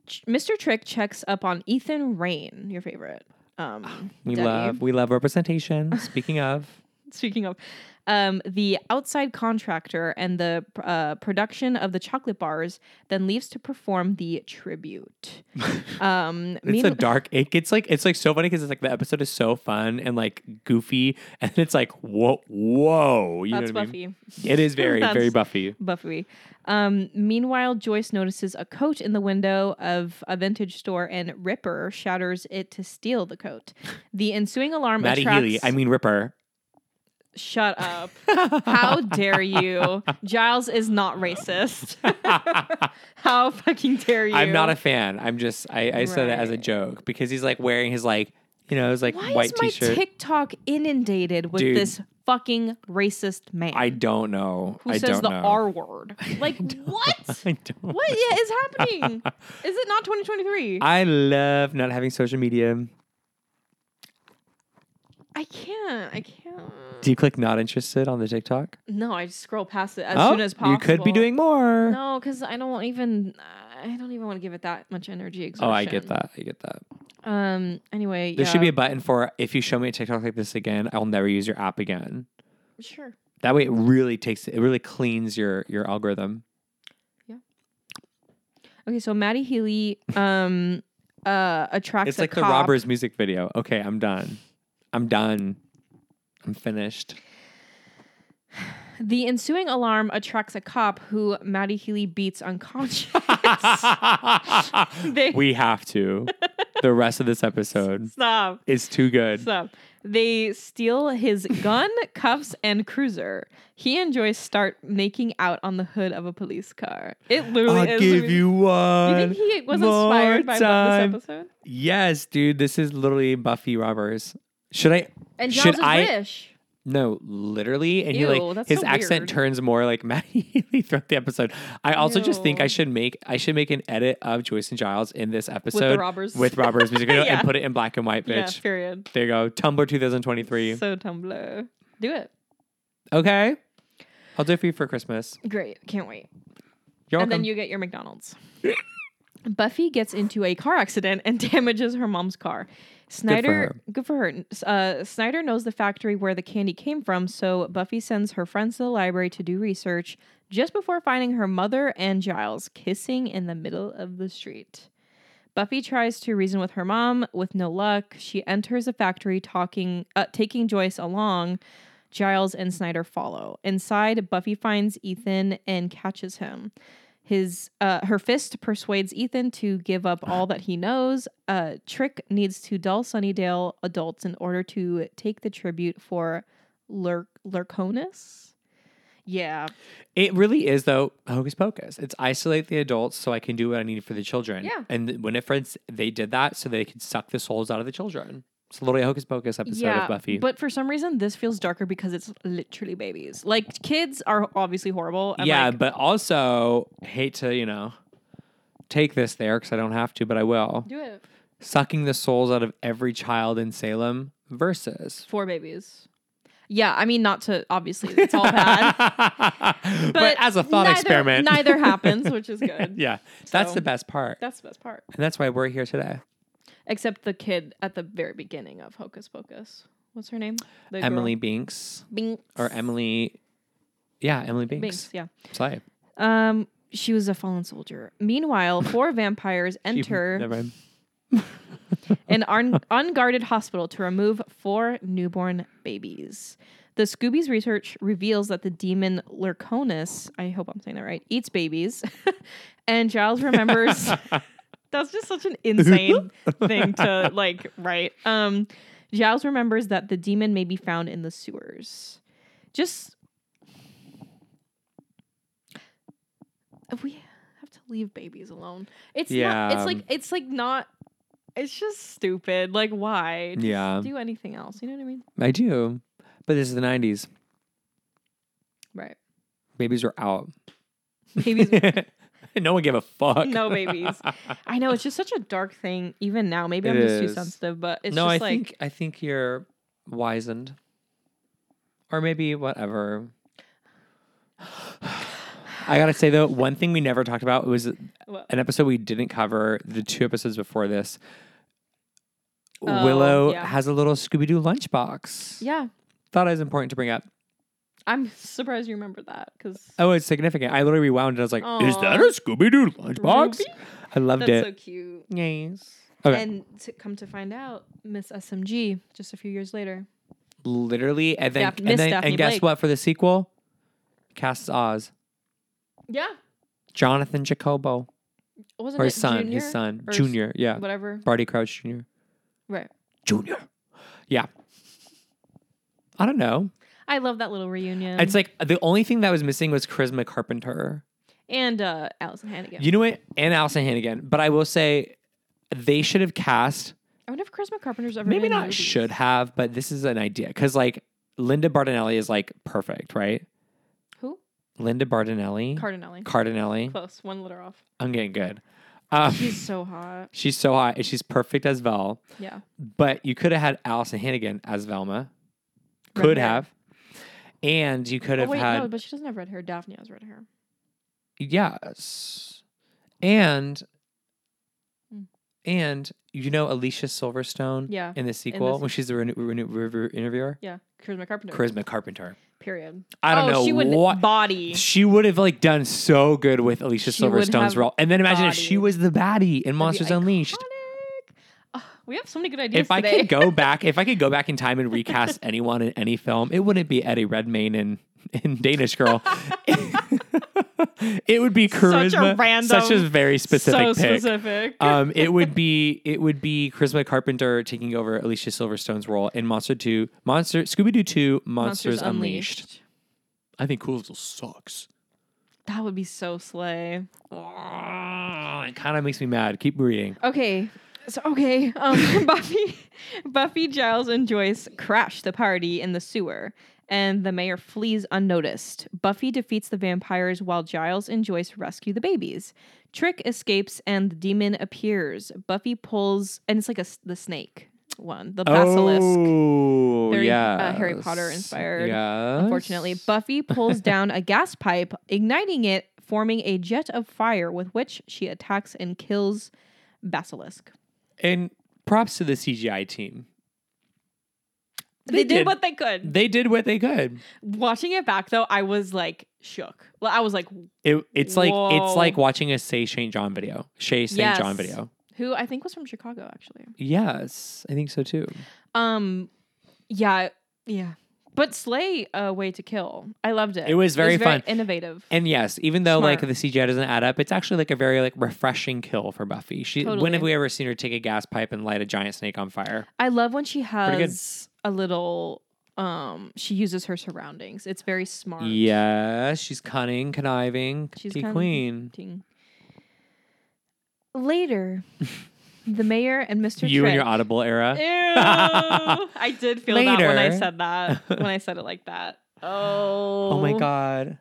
Speaker 3: Ch- Mr. Trick checks up on Ethan Rain, your favorite. Um,
Speaker 2: Ah, We
Speaker 3: Denny.
Speaker 2: love we love representation. Speaking of,
Speaker 3: *laughs* Speaking of, um, the outside contractor and the uh, production of the chocolate bars then leaves to perform the
Speaker 2: *laughs*
Speaker 3: tribute. Um,
Speaker 2: it's
Speaker 3: mean-
Speaker 2: a dark. It gets like it's like so funny because it's like the episode is so fun and like goofy, and it's like whoa, whoa. You
Speaker 3: that's
Speaker 2: know what
Speaker 3: Buffy.
Speaker 2: I mean? It is very very
Speaker 3: That's-
Speaker 2: Buffy.
Speaker 3: Buffy. Um, meanwhile, Joyce notices a coat in the window of a vintage store, and Ripper shatters it to steal the coat. The ensuing alarm
Speaker 2: Maddie
Speaker 3: attracts.
Speaker 2: Healy. I mean Ripper.
Speaker 3: Shut up! How dare you? Giles is not
Speaker 2: *laughs*
Speaker 3: racist. How fucking dare you?
Speaker 2: I'm not a fan. I'm just I, I said it as a
Speaker 3: Right.
Speaker 2: joke because he's like wearing his like you know his like
Speaker 3: Why
Speaker 2: white
Speaker 3: is my
Speaker 2: t-shirt.
Speaker 3: TikTok inundated with
Speaker 2: Dude.
Speaker 3: this fucking racist man
Speaker 2: I don't know.
Speaker 3: who
Speaker 2: I
Speaker 3: says
Speaker 2: don't
Speaker 3: the
Speaker 2: know.
Speaker 3: R word? Like what?
Speaker 2: *laughs* I don't.
Speaker 3: What is happening? Is it
Speaker 2: *laughs*
Speaker 3: not 2023?
Speaker 2: I love not having social media.
Speaker 3: I can't. I can't.
Speaker 2: Do you click not interested on the TikTok?
Speaker 3: No, I just scroll past it as
Speaker 2: oh,
Speaker 3: soon as possible.
Speaker 2: you could be doing more.
Speaker 3: No, because I don't even. I don't even want to give it that much energy. Exertion.
Speaker 2: Oh, I get that. I get that.
Speaker 3: Um. Anyway,
Speaker 2: There should be
Speaker 3: yeah.
Speaker 2: a button for if you show me a TikTok like this again, I'll never use your app again.
Speaker 3: sure.
Speaker 2: That way, it really takes it really cleans your your algorithm.
Speaker 3: Okay, so Maddie Healy um uh attracts
Speaker 2: It's like
Speaker 3: a
Speaker 2: the
Speaker 3: cop.
Speaker 2: robbers music video. Okay, I'm done. I'm done. I'm finished.
Speaker 3: The ensuing alarm attracts a cop who Maddie Healy beats
Speaker 2: *laughs*
Speaker 3: unconscious. *laughs* They-
Speaker 2: we have to.
Speaker 3: *laughs*
Speaker 2: The rest of this episode
Speaker 3: Stop.
Speaker 2: is too good.
Speaker 3: Stop. They steal his
Speaker 2: *laughs*
Speaker 3: gun, cuffs, and cruiser. He and Joyce start making out on the hood of a police car. It literally
Speaker 2: I'll
Speaker 3: is.
Speaker 2: give you
Speaker 3: Do you
Speaker 2: one.
Speaker 3: think he was
Speaker 2: more
Speaker 3: inspired by
Speaker 2: time.
Speaker 3: this episode?
Speaker 2: Yes, dude. This is literally Buffy Robbers. Should I?
Speaker 3: And
Speaker 2: Should
Speaker 3: Giles
Speaker 2: I-
Speaker 3: is rich.
Speaker 2: No, literally. And he
Speaker 3: Ew,
Speaker 2: like
Speaker 3: that's
Speaker 2: his
Speaker 3: so
Speaker 2: accent
Speaker 3: weird.
Speaker 2: turns more like *laughs* Matty Healy throughout the episode. I also just think
Speaker 3: Ew.
Speaker 2: I should make I should make an edit of Joyce and Giles in this episode
Speaker 3: robbers.
Speaker 2: with
Speaker 3: *laughs*
Speaker 2: Robert's music video
Speaker 3: Yeah.
Speaker 2: and put it in black and white,
Speaker 3: Yeah,
Speaker 2: bitch.
Speaker 3: period.
Speaker 2: there you go. Tumblr 2023.
Speaker 3: So Tumblr. Do it.
Speaker 2: okay. I'll do it for you for Christmas.
Speaker 3: Great. Can't wait.
Speaker 2: You're welcome.
Speaker 3: and then you get your McDonald's. Buffy gets into a car accident and *laughs* damages her mom's car. Snyder, good for her. Uh, Snyder knows the factory where the candy came from, so Buffy sends her friends to the library to do research just before finding her mother and Giles kissing in the middle of the street. Buffy tries to reason with her mom with no luck. She enters a factory talking uh, taking Joyce along. Giles and Snyder follow. Inside, Buffy finds Ethan and catches him. His uh, her fist persuades Ethan to give up all that he knows. Uh, Trick needs to dull Sunnydale adults in order to take the tribute for Lurk Lurconus. Yeah,
Speaker 2: It really is though hocus pocus. It's isolate the adults so I can do what I need for the children.
Speaker 3: Yeah.
Speaker 2: And th- Winifred's they did that so they could suck the souls out of the children. It's literally a hocus pocus episode
Speaker 3: yeah.
Speaker 2: of Buffy.
Speaker 3: But for some reason, this feels darker because it's literally babies. Like kids are obviously horrible. and,
Speaker 2: yeah,
Speaker 3: like,
Speaker 2: but also hate to you know take this there because I don't have to, but I will.
Speaker 3: do it
Speaker 2: Sucking the souls out of every child in Salem versus. *laughs*
Speaker 3: for babies. Yeah, I mean, not to obviously,
Speaker 2: *laughs*
Speaker 3: it's all bad.
Speaker 2: but, as a thought
Speaker 3: neither-
Speaker 2: experiment,
Speaker 3: neither happens, which is good.
Speaker 2: *laughs* yeah, that's
Speaker 3: So-
Speaker 2: the best part,
Speaker 3: That's the best part.
Speaker 2: and that's why we're here today.
Speaker 3: Except the kid at the very beginning of Hocus Pocus. What's her name? The girl.
Speaker 2: Emily Binks
Speaker 3: Binks.
Speaker 2: or Emily, yeah, Emily Binks.
Speaker 3: Binks. Yeah.
Speaker 2: Slay.
Speaker 3: Um, she was a fallen soldier. Meanwhile, four vampires
Speaker 2: You-
Speaker 3: enter
Speaker 2: Never mind.
Speaker 3: an un- *laughs* unguarded hospital to remove four newborn babies. The Scooby's research reveals that the demon Lurconus, I hope I'm saying that right, eats babies, *laughs* and Giles remembers. That's just such an insane thing to like write. Um, Giles remembers that the demon may be found in the sewers. Just we have to leave babies alone. It's not,
Speaker 2: Yeah.
Speaker 3: it's like it's like not. It's just stupid. Like why Just
Speaker 2: Yeah.
Speaker 3: do anything else? You know what I mean?
Speaker 2: I do, but this is the '90s.
Speaker 3: Right.
Speaker 2: Babies were out.
Speaker 3: *laughs* Babies.
Speaker 2: *laughs* no one gave a fuck.
Speaker 3: *laughs* no babies. I know it's just such a dark thing. Even now, maybe
Speaker 2: It
Speaker 3: I'm just too
Speaker 2: is.
Speaker 3: sensitive, but it's
Speaker 2: no,
Speaker 3: just
Speaker 2: I
Speaker 3: like
Speaker 2: think I think you're wizened, or maybe whatever. I gotta say though, one thing we never talked about was an
Speaker 3: What?
Speaker 2: episode we didn't cover. The two episodes before this,
Speaker 3: Oh,
Speaker 2: Willow
Speaker 3: yeah.
Speaker 2: has a little Scooby Doo lunchbox.
Speaker 3: yeah.
Speaker 2: Thought it was important to bring up.
Speaker 3: I'm surprised you remember that because
Speaker 2: Oh, it's significant. I literally rewound and I was like, "Is
Speaker 3: Aw.
Speaker 2: that a Scooby Doo lunchbox?" I loved
Speaker 3: that's so
Speaker 2: it.
Speaker 3: cute.
Speaker 2: yes. Okay.
Speaker 3: And to come to find out, Miss SMG, just a few years later,
Speaker 2: literally, and then,
Speaker 3: Daph- Miss
Speaker 2: and, then
Speaker 3: Daphne
Speaker 2: and guess
Speaker 3: Blake.
Speaker 2: what? For the sequel, casts Oz.
Speaker 3: yeah,
Speaker 2: Jonathan Jacobo
Speaker 3: wasn't
Speaker 2: or
Speaker 3: it
Speaker 2: his son,
Speaker 3: junior?
Speaker 2: his son,
Speaker 3: Or s-
Speaker 2: Junior, yeah,
Speaker 3: whatever,
Speaker 2: Barty Crouch Junior,
Speaker 3: right?
Speaker 2: Junior, yeah. I don't know.
Speaker 3: I love that little reunion.
Speaker 2: It's like the only thing that was missing was Charisma Carpenter.
Speaker 3: and uh, Allison Hannigan.
Speaker 2: You know what? And Allison Hannigan. But I will say, they should have cast.
Speaker 3: I wonder if Charisma Carpenter's ever
Speaker 2: Maybe
Speaker 3: been in
Speaker 2: not
Speaker 3: movies.
Speaker 2: should have, but this is an idea because like Linda Bardinelli is like perfect, right?
Speaker 3: who
Speaker 2: Linda Bardinelli,
Speaker 3: Cardinelli.
Speaker 2: Cardinelli.
Speaker 3: Close, one letter off.
Speaker 2: I'm getting good. Um,
Speaker 3: She's Mm-hmm. so hot.
Speaker 2: *laughs* she's so hot and she's perfect as Val.
Speaker 3: Yeah,
Speaker 2: But you could have had Allison Hannigan as Velma. Could
Speaker 3: Red hair.
Speaker 2: have. And you could
Speaker 3: Oh
Speaker 2: have
Speaker 3: wait,
Speaker 2: had
Speaker 3: no, but she doesn't have red hair. Daphne has red hair.
Speaker 2: yes. And
Speaker 3: Mm.
Speaker 2: and you know Alicia Silverstone
Speaker 3: Yeah,
Speaker 2: in the sequel when she's the renew, renew, renew, interviewer,
Speaker 3: Yeah, Charisma Carpenter.
Speaker 2: Charisma Carpenter.
Speaker 3: period.
Speaker 2: I don't
Speaker 3: oh,
Speaker 2: know
Speaker 3: She would
Speaker 2: what
Speaker 3: body.
Speaker 2: she would have like done so good with Alicia
Speaker 3: She would
Speaker 2: Silverstone's
Speaker 3: have
Speaker 2: role. And then imagine if
Speaker 3: bodied.
Speaker 2: she was the baddie in
Speaker 3: That'd be
Speaker 2: Monsters Unleashed.
Speaker 3: iconic. Oh, we have so many good ideas
Speaker 2: If I
Speaker 3: today.
Speaker 2: could go back, if I could go back in time and recast anyone in any film, it wouldn't be Eddie Redmayne in, in Danish Girl. *laughs* it would be charisma,
Speaker 3: random,
Speaker 2: such a very specific
Speaker 3: *laughs* so
Speaker 2: pick.
Speaker 3: specific.
Speaker 2: *laughs* um, it would be it would be Charisma Carpenter taking over Alicia Silverstone's role in Monster Two, Monster Scooby Doo Two, Monsters, Unleashed. I think Coolsville sucks.
Speaker 3: That would be so slay.
Speaker 2: Ah, It kind of makes me mad. Keep reading.
Speaker 3: Okay. So okay, *laughs* um, Buffy, Buffy, Giles, and Joyce crash the party in the sewer, and the mayor flees unnoticed. Buffy defeats the vampires while Giles and Joyce rescue the babies. Trick escapes, and the demon appears. Buffy pulls, and it's like a s- the snake one, the basilisk.
Speaker 2: Oh,
Speaker 3: Very,
Speaker 2: yeah.
Speaker 3: uh, Harry Potter inspired,
Speaker 2: Yeah.
Speaker 3: Unfortunately, Buffy *laughs* pulls down a gas pipe, igniting it, forming a jet of fire with which she attacks and kills Basilisk.
Speaker 2: and props to the CGI team.
Speaker 3: They, did, what they could.
Speaker 2: They did what they could.
Speaker 3: Watching it back though, I was like shook. Well, I was like,
Speaker 2: It, it's like
Speaker 3: Whoa.
Speaker 2: it's like watching a Say St. John video. Shay St. John
Speaker 3: Yes.
Speaker 2: video.
Speaker 3: who I think was from Chicago actually.
Speaker 2: Yes, I think so too.
Speaker 3: Um, yeah, yeah. But Slay a Way to Kill. I loved it.
Speaker 2: It was very fun.
Speaker 3: innovative.
Speaker 2: And yes, even though like
Speaker 3: Smart.
Speaker 2: the CGI doesn't add up, it's actually like a very like refreshing kill for Buffy. She when
Speaker 3: Totally.
Speaker 2: have we ever seen her take a gas pipe and light a giant snake on fire?
Speaker 3: I love when she
Speaker 2: good.
Speaker 3: has a little um she uses her surroundings. It's very smart.
Speaker 2: Yes, she's cunning, conniving,
Speaker 3: She's
Speaker 2: cunty
Speaker 3: cunning.
Speaker 2: queen.
Speaker 3: Ting.
Speaker 2: *laughs*
Speaker 3: Later, the mayor and Mr.
Speaker 2: You
Speaker 3: Trick.
Speaker 2: and your Audible era. *laughs*
Speaker 3: Ew. I did feel that when I
Speaker 2: Later.
Speaker 3: said that. When I said it like that. Oh.
Speaker 2: *laughs* Oh my god.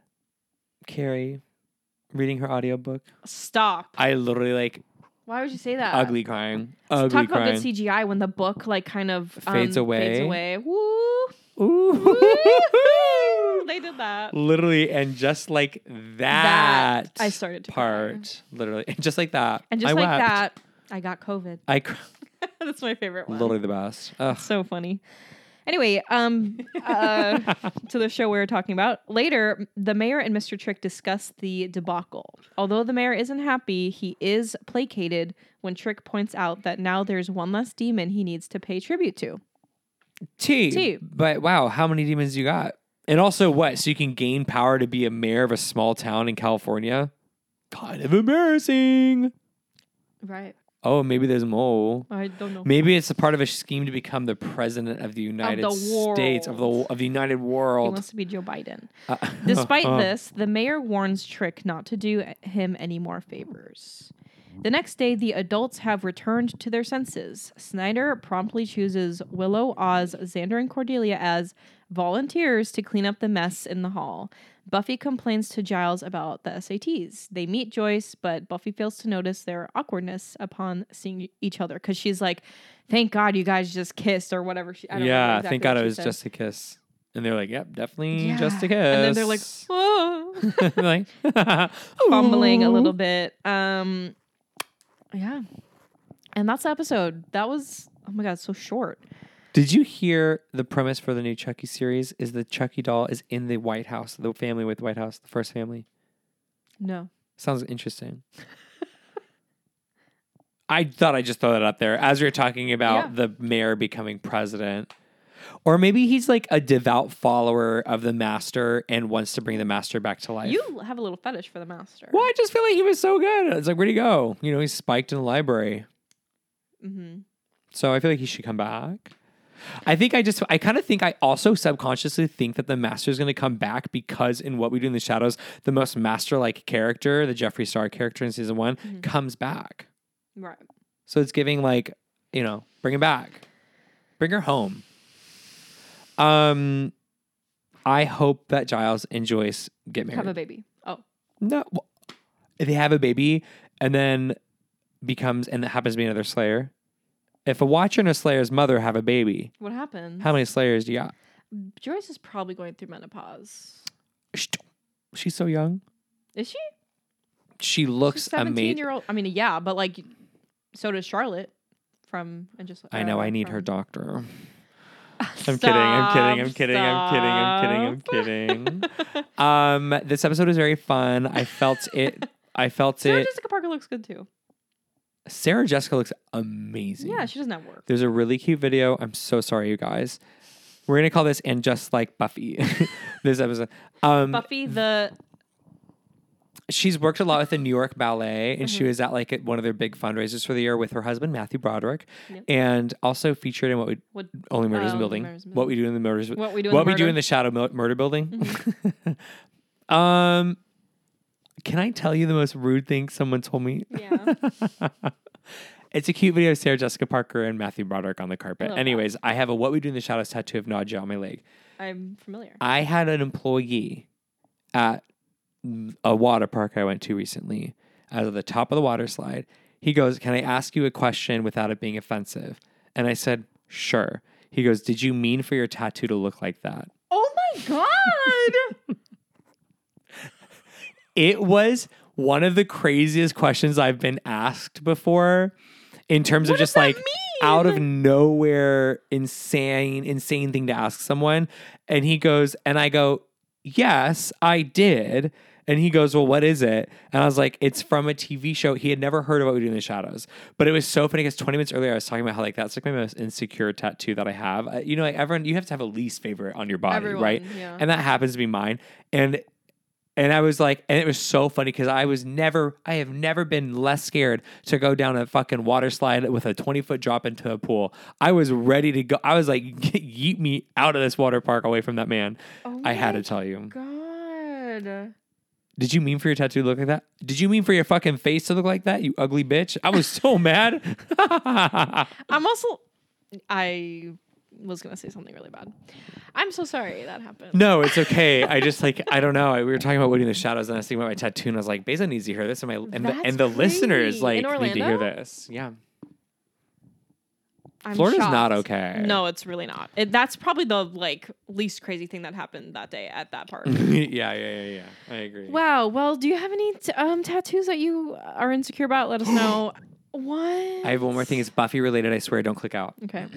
Speaker 2: Carrie reading her audiobook.
Speaker 3: Stop.
Speaker 2: I literally like
Speaker 3: Why would you say that?
Speaker 2: ugly crying.
Speaker 3: Uh, Talk
Speaker 2: Ugly
Speaker 3: about
Speaker 2: crying.
Speaker 3: good CGI when the book like kind of um,
Speaker 2: Fades away.
Speaker 3: Fades away. Woo.
Speaker 2: Ooh.
Speaker 3: They did that.
Speaker 2: literally and just like that,
Speaker 3: That, I started to cry.
Speaker 2: part literally and just like that
Speaker 3: And just
Speaker 2: I
Speaker 3: like
Speaker 2: wept.
Speaker 3: that, I got COVID.
Speaker 2: I cr-
Speaker 3: *laughs* That's my favorite one.
Speaker 2: literally the best. Ugh.
Speaker 3: So funny. Anyway, um,
Speaker 2: *laughs*
Speaker 3: uh, to the show we were talking about later, the mayor and Mr. Trick discuss the debacle. Although the mayor isn't happy, he is placated when Trick points out that now there's one less demon he needs to pay tribute to.
Speaker 2: T.
Speaker 3: T.
Speaker 2: But wow, how many demons you got? And also what? So you can gain power to be a mayor of a small town in California? Kind of embarrassing.
Speaker 3: Right.
Speaker 2: Oh, maybe there's more.
Speaker 3: I don't know.
Speaker 2: Maybe it's a part of a scheme to become the president of the United States of the
Speaker 3: world.
Speaker 2: of the United
Speaker 3: He
Speaker 2: World.
Speaker 3: wants to be Joe Biden.
Speaker 2: Uh, *laughs*
Speaker 3: Despite
Speaker 2: uh,
Speaker 3: this, the mayor warns Trick not to do him any more favors. The next day, the adults have returned to their senses. Snyder promptly chooses Willow, Oz, Xander, and Cordelia as volunteers to clean up the mess in the hall. Buffy complains to Giles about the SATs. They meet Joyce, but Buffy fails to notice their awkwardness upon seeing each other because she's like, "Thank God you guys just kissed" or whatever. She, I don't
Speaker 2: yeah,
Speaker 3: remember exactly
Speaker 2: thank God
Speaker 3: what
Speaker 2: it
Speaker 3: she
Speaker 2: was
Speaker 3: said.
Speaker 2: just a kiss. And they're like, "Yep, definitely just a kiss." *laughs*
Speaker 3: Yeah. And then they're like, "Oh." *laughs*
Speaker 2: like *laughs*
Speaker 3: fumbling a little
Speaker 2: "Ooh."
Speaker 3: bit. Um, yeah, and that's the episode. That was oh my god, so short.
Speaker 2: Did you hear the premise for the new Chucky series? Is the Chucky doll is in the White House, the family with the White House, the first family.
Speaker 3: No,
Speaker 2: Sounds interesting. I thought I'd just throw that up there as we were talking about the mayor becoming president. Or maybe he's like a devout follower of the master and wants to bring the master back to life.
Speaker 3: you have a little fetish for the master.
Speaker 2: Well, I just feel like he was so good. It's like, where'd he go? You know, he's spiked in the library.
Speaker 3: hmm
Speaker 2: So I feel like he should come back. I think I just, I kind of think I also subconsciously think that the master is going to come back because in What We Do in the Shadows, the most master like character, the Jeffree Star character in season one,
Speaker 3: Mhm.
Speaker 2: comes back.
Speaker 3: Right.
Speaker 2: So it's giving like, you know, bring him back, bring her home. Um, I hope that Giles and Joyce get married.
Speaker 3: Have a baby. Oh,
Speaker 2: No, well, if they have a baby and then becomes and that happens to be another Slayer. If a Watcher and a Slayer's mother have a baby,
Speaker 3: what happened?
Speaker 2: how many Slayers do you got?
Speaker 3: Joyce is probably going through menopause.
Speaker 2: Sh- She's so young.
Speaker 3: Is she?
Speaker 2: she looks amazing.
Speaker 3: year old. I mean, yeah, but like, so does Charlotte from and just.
Speaker 2: I know.
Speaker 3: uh,
Speaker 2: I need
Speaker 3: from-
Speaker 2: her
Speaker 3: *laughs*
Speaker 2: doctor. I'm kidding. I'm kidding. I'm
Speaker 3: Stop,
Speaker 2: kidding. I'm kidding. I'm kidding.
Speaker 3: *laughs*
Speaker 2: I'm kidding. um, this episode was very fun. I felt it. I felt
Speaker 3: Sarah
Speaker 2: it.
Speaker 3: Jessica Parker looks good too.
Speaker 2: Sarah Jessica looks amazing.
Speaker 3: Yeah, she doesn't have work.
Speaker 2: There's a really cute video. I'm so sorry, you guys. We're gonna call this and just like Buffy, *laughs* this episode. Um,
Speaker 3: Buffy the
Speaker 2: she's worked a lot with the New York Ballet, and
Speaker 3: Mm-hmm.
Speaker 2: she was at like at one of their big fundraisers for the year with her husband Matthew Broderick,
Speaker 3: Yep.
Speaker 2: and also featured in what we *laughs*
Speaker 3: what
Speaker 2: only murders in
Speaker 3: Oh, Only
Speaker 2: the building.
Speaker 3: Murders in the
Speaker 2: What we do in the murders.
Speaker 3: What We Do in
Speaker 2: What
Speaker 3: the
Speaker 2: we do
Speaker 3: Murder. Mm-hmm.
Speaker 2: in the shadow mur- murder building. *laughs* um, can I tell you the most rude thing someone told me?
Speaker 3: yeah.
Speaker 2: It's a cute video of Sarah Jessica Parker and Matthew Broderick on the carpet.
Speaker 3: love that.
Speaker 2: Anyways, I have a "What We Do in the Shadows" tattoo of Nadia on my leg.
Speaker 3: I'm familiar.
Speaker 2: I had an employee at a water park I went to recently out of the top of the water slide. He goes, Can I ask you a question without it being offensive? And I said, Sure. He goes, Did you mean for your tattoo to look like that?
Speaker 3: Oh my god!
Speaker 2: It was one of the craziest questions I've been asked before in terms of
Speaker 3: What does
Speaker 2: just like
Speaker 3: that
Speaker 2: out of nowhere insane insane thing to ask someone and he goes and I go yes I did and he goes well what is it and I was like it's from a TV show he had never heard of what we do in the shadows but it was so funny because 20 minutes earlier I was talking about how like that's like my most insecure tattoo that I have Uh, you know like everyone you have to have a least favorite on your body
Speaker 3: Everyone,
Speaker 2: right
Speaker 3: yeah.
Speaker 2: and that happens to be mine and and I was like, and it was so funny because I was never, I have never been less scared to go down a fucking water slide with a 20 foot drop into a pool. I was ready to go. I was like, *laughs* yeet me out of this water park away from that man.
Speaker 3: Oh
Speaker 2: I had
Speaker 3: my
Speaker 2: to tell you.
Speaker 3: God.
Speaker 2: Did you mean for your tattoo to look like that? Did you mean for your fucking face to look like that, you ugly bitch? I was
Speaker 3: *laughs*
Speaker 2: so mad. *laughs*
Speaker 3: I'm also. I was gonna say something really bad. I'm so sorry that happened.
Speaker 2: no, it's okay. I just like, I don't know. We were talking about Woody in the Shadows and I was thinking about my tattoo and I was like, Beza needs to hear this. And, my, and, the,
Speaker 3: That's
Speaker 2: and the listeners
Speaker 3: crazy.
Speaker 2: like
Speaker 3: In
Speaker 2: need to hear
Speaker 3: Orlando?
Speaker 2: this. Yeah.
Speaker 3: I'm
Speaker 2: Florida's not
Speaker 3: shocked.
Speaker 2: okay.
Speaker 3: No, it's really not. It, that's probably the like least crazy thing that happened that day at that park.
Speaker 2: *laughs* Mm-hmm. yeah, yeah, yeah, yeah. I agree.
Speaker 3: wow. Well, do you have any t- um tattoos that you are insecure
Speaker 2: *gasps*
Speaker 3: about? Let us know. what?
Speaker 2: I have one more thing. It's Buffy related. I swear, don't click out.
Speaker 3: Okay.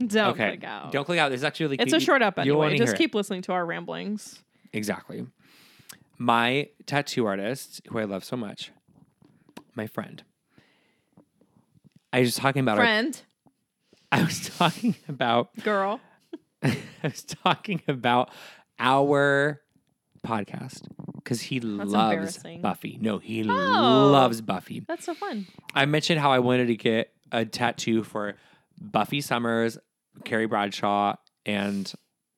Speaker 3: Don't
Speaker 2: okay.
Speaker 3: click out.
Speaker 2: Don't click out. This is actually really
Speaker 3: It's
Speaker 2: cute.
Speaker 3: a short up
Speaker 2: You'll wanna
Speaker 3: anyway. Just
Speaker 2: hear it.
Speaker 3: keep listening to our ramblings.
Speaker 2: Exactly. My tattoo artist, who I love so much, my friend. I was talking about. Our,
Speaker 3: Friend,
Speaker 2: *laughs* I was talking about. *laughs*
Speaker 3: girl.
Speaker 2: I was talking about our podcast because he loves
Speaker 3: embarrassing.
Speaker 2: Buffy. No, he
Speaker 3: Oh.
Speaker 2: loves Buffy.
Speaker 3: That's so fun.
Speaker 2: I mentioned how I wanted to get a tattoo for Buffy Summers, Carrie Bradshaw, and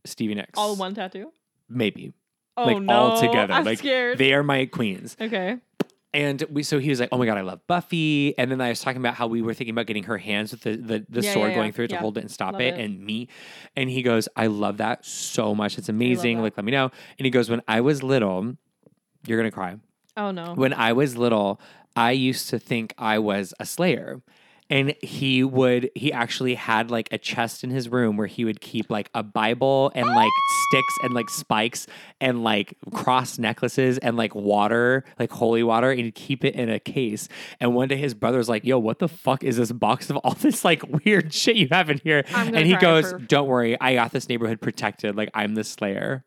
Speaker 2: Stevie Nicks.
Speaker 3: All one tattoo?
Speaker 2: Maybe.
Speaker 3: Oh
Speaker 2: like
Speaker 3: no.
Speaker 2: all together.
Speaker 3: I'm
Speaker 2: like
Speaker 3: scared.
Speaker 2: they are my queens.
Speaker 3: okay.
Speaker 2: And we so he was like, Oh my god, I love Buffy. And then I was talking about how we were thinking about getting her hands with the the, the
Speaker 3: Yeah,
Speaker 2: sword
Speaker 3: yeah, yeah.
Speaker 2: going through it to
Speaker 3: Yeah.
Speaker 2: hold it and stop
Speaker 3: Love
Speaker 2: it,
Speaker 3: it.
Speaker 2: and me. And he goes, I love that so much. It's amazing.
Speaker 3: that.
Speaker 2: Like, let me know. And he goes, When I was little, you're gonna cry.
Speaker 3: Oh no.
Speaker 2: When I was little, I used to think I was a slayer. And he would, he actually had like a chest in his room where he would keep like a Bible and like sticks and like spikes and like cross necklaces and like water, like holy water, and he'd keep it in a case. And one day his brother's like, yo, what the fuck is this box of all *laughs* this like weird shit you have in here?
Speaker 3: I'm gonna
Speaker 2: And he
Speaker 3: cry
Speaker 2: goes,
Speaker 3: for-
Speaker 2: don't worry, I got this neighborhood protected. Like I'm the slayer.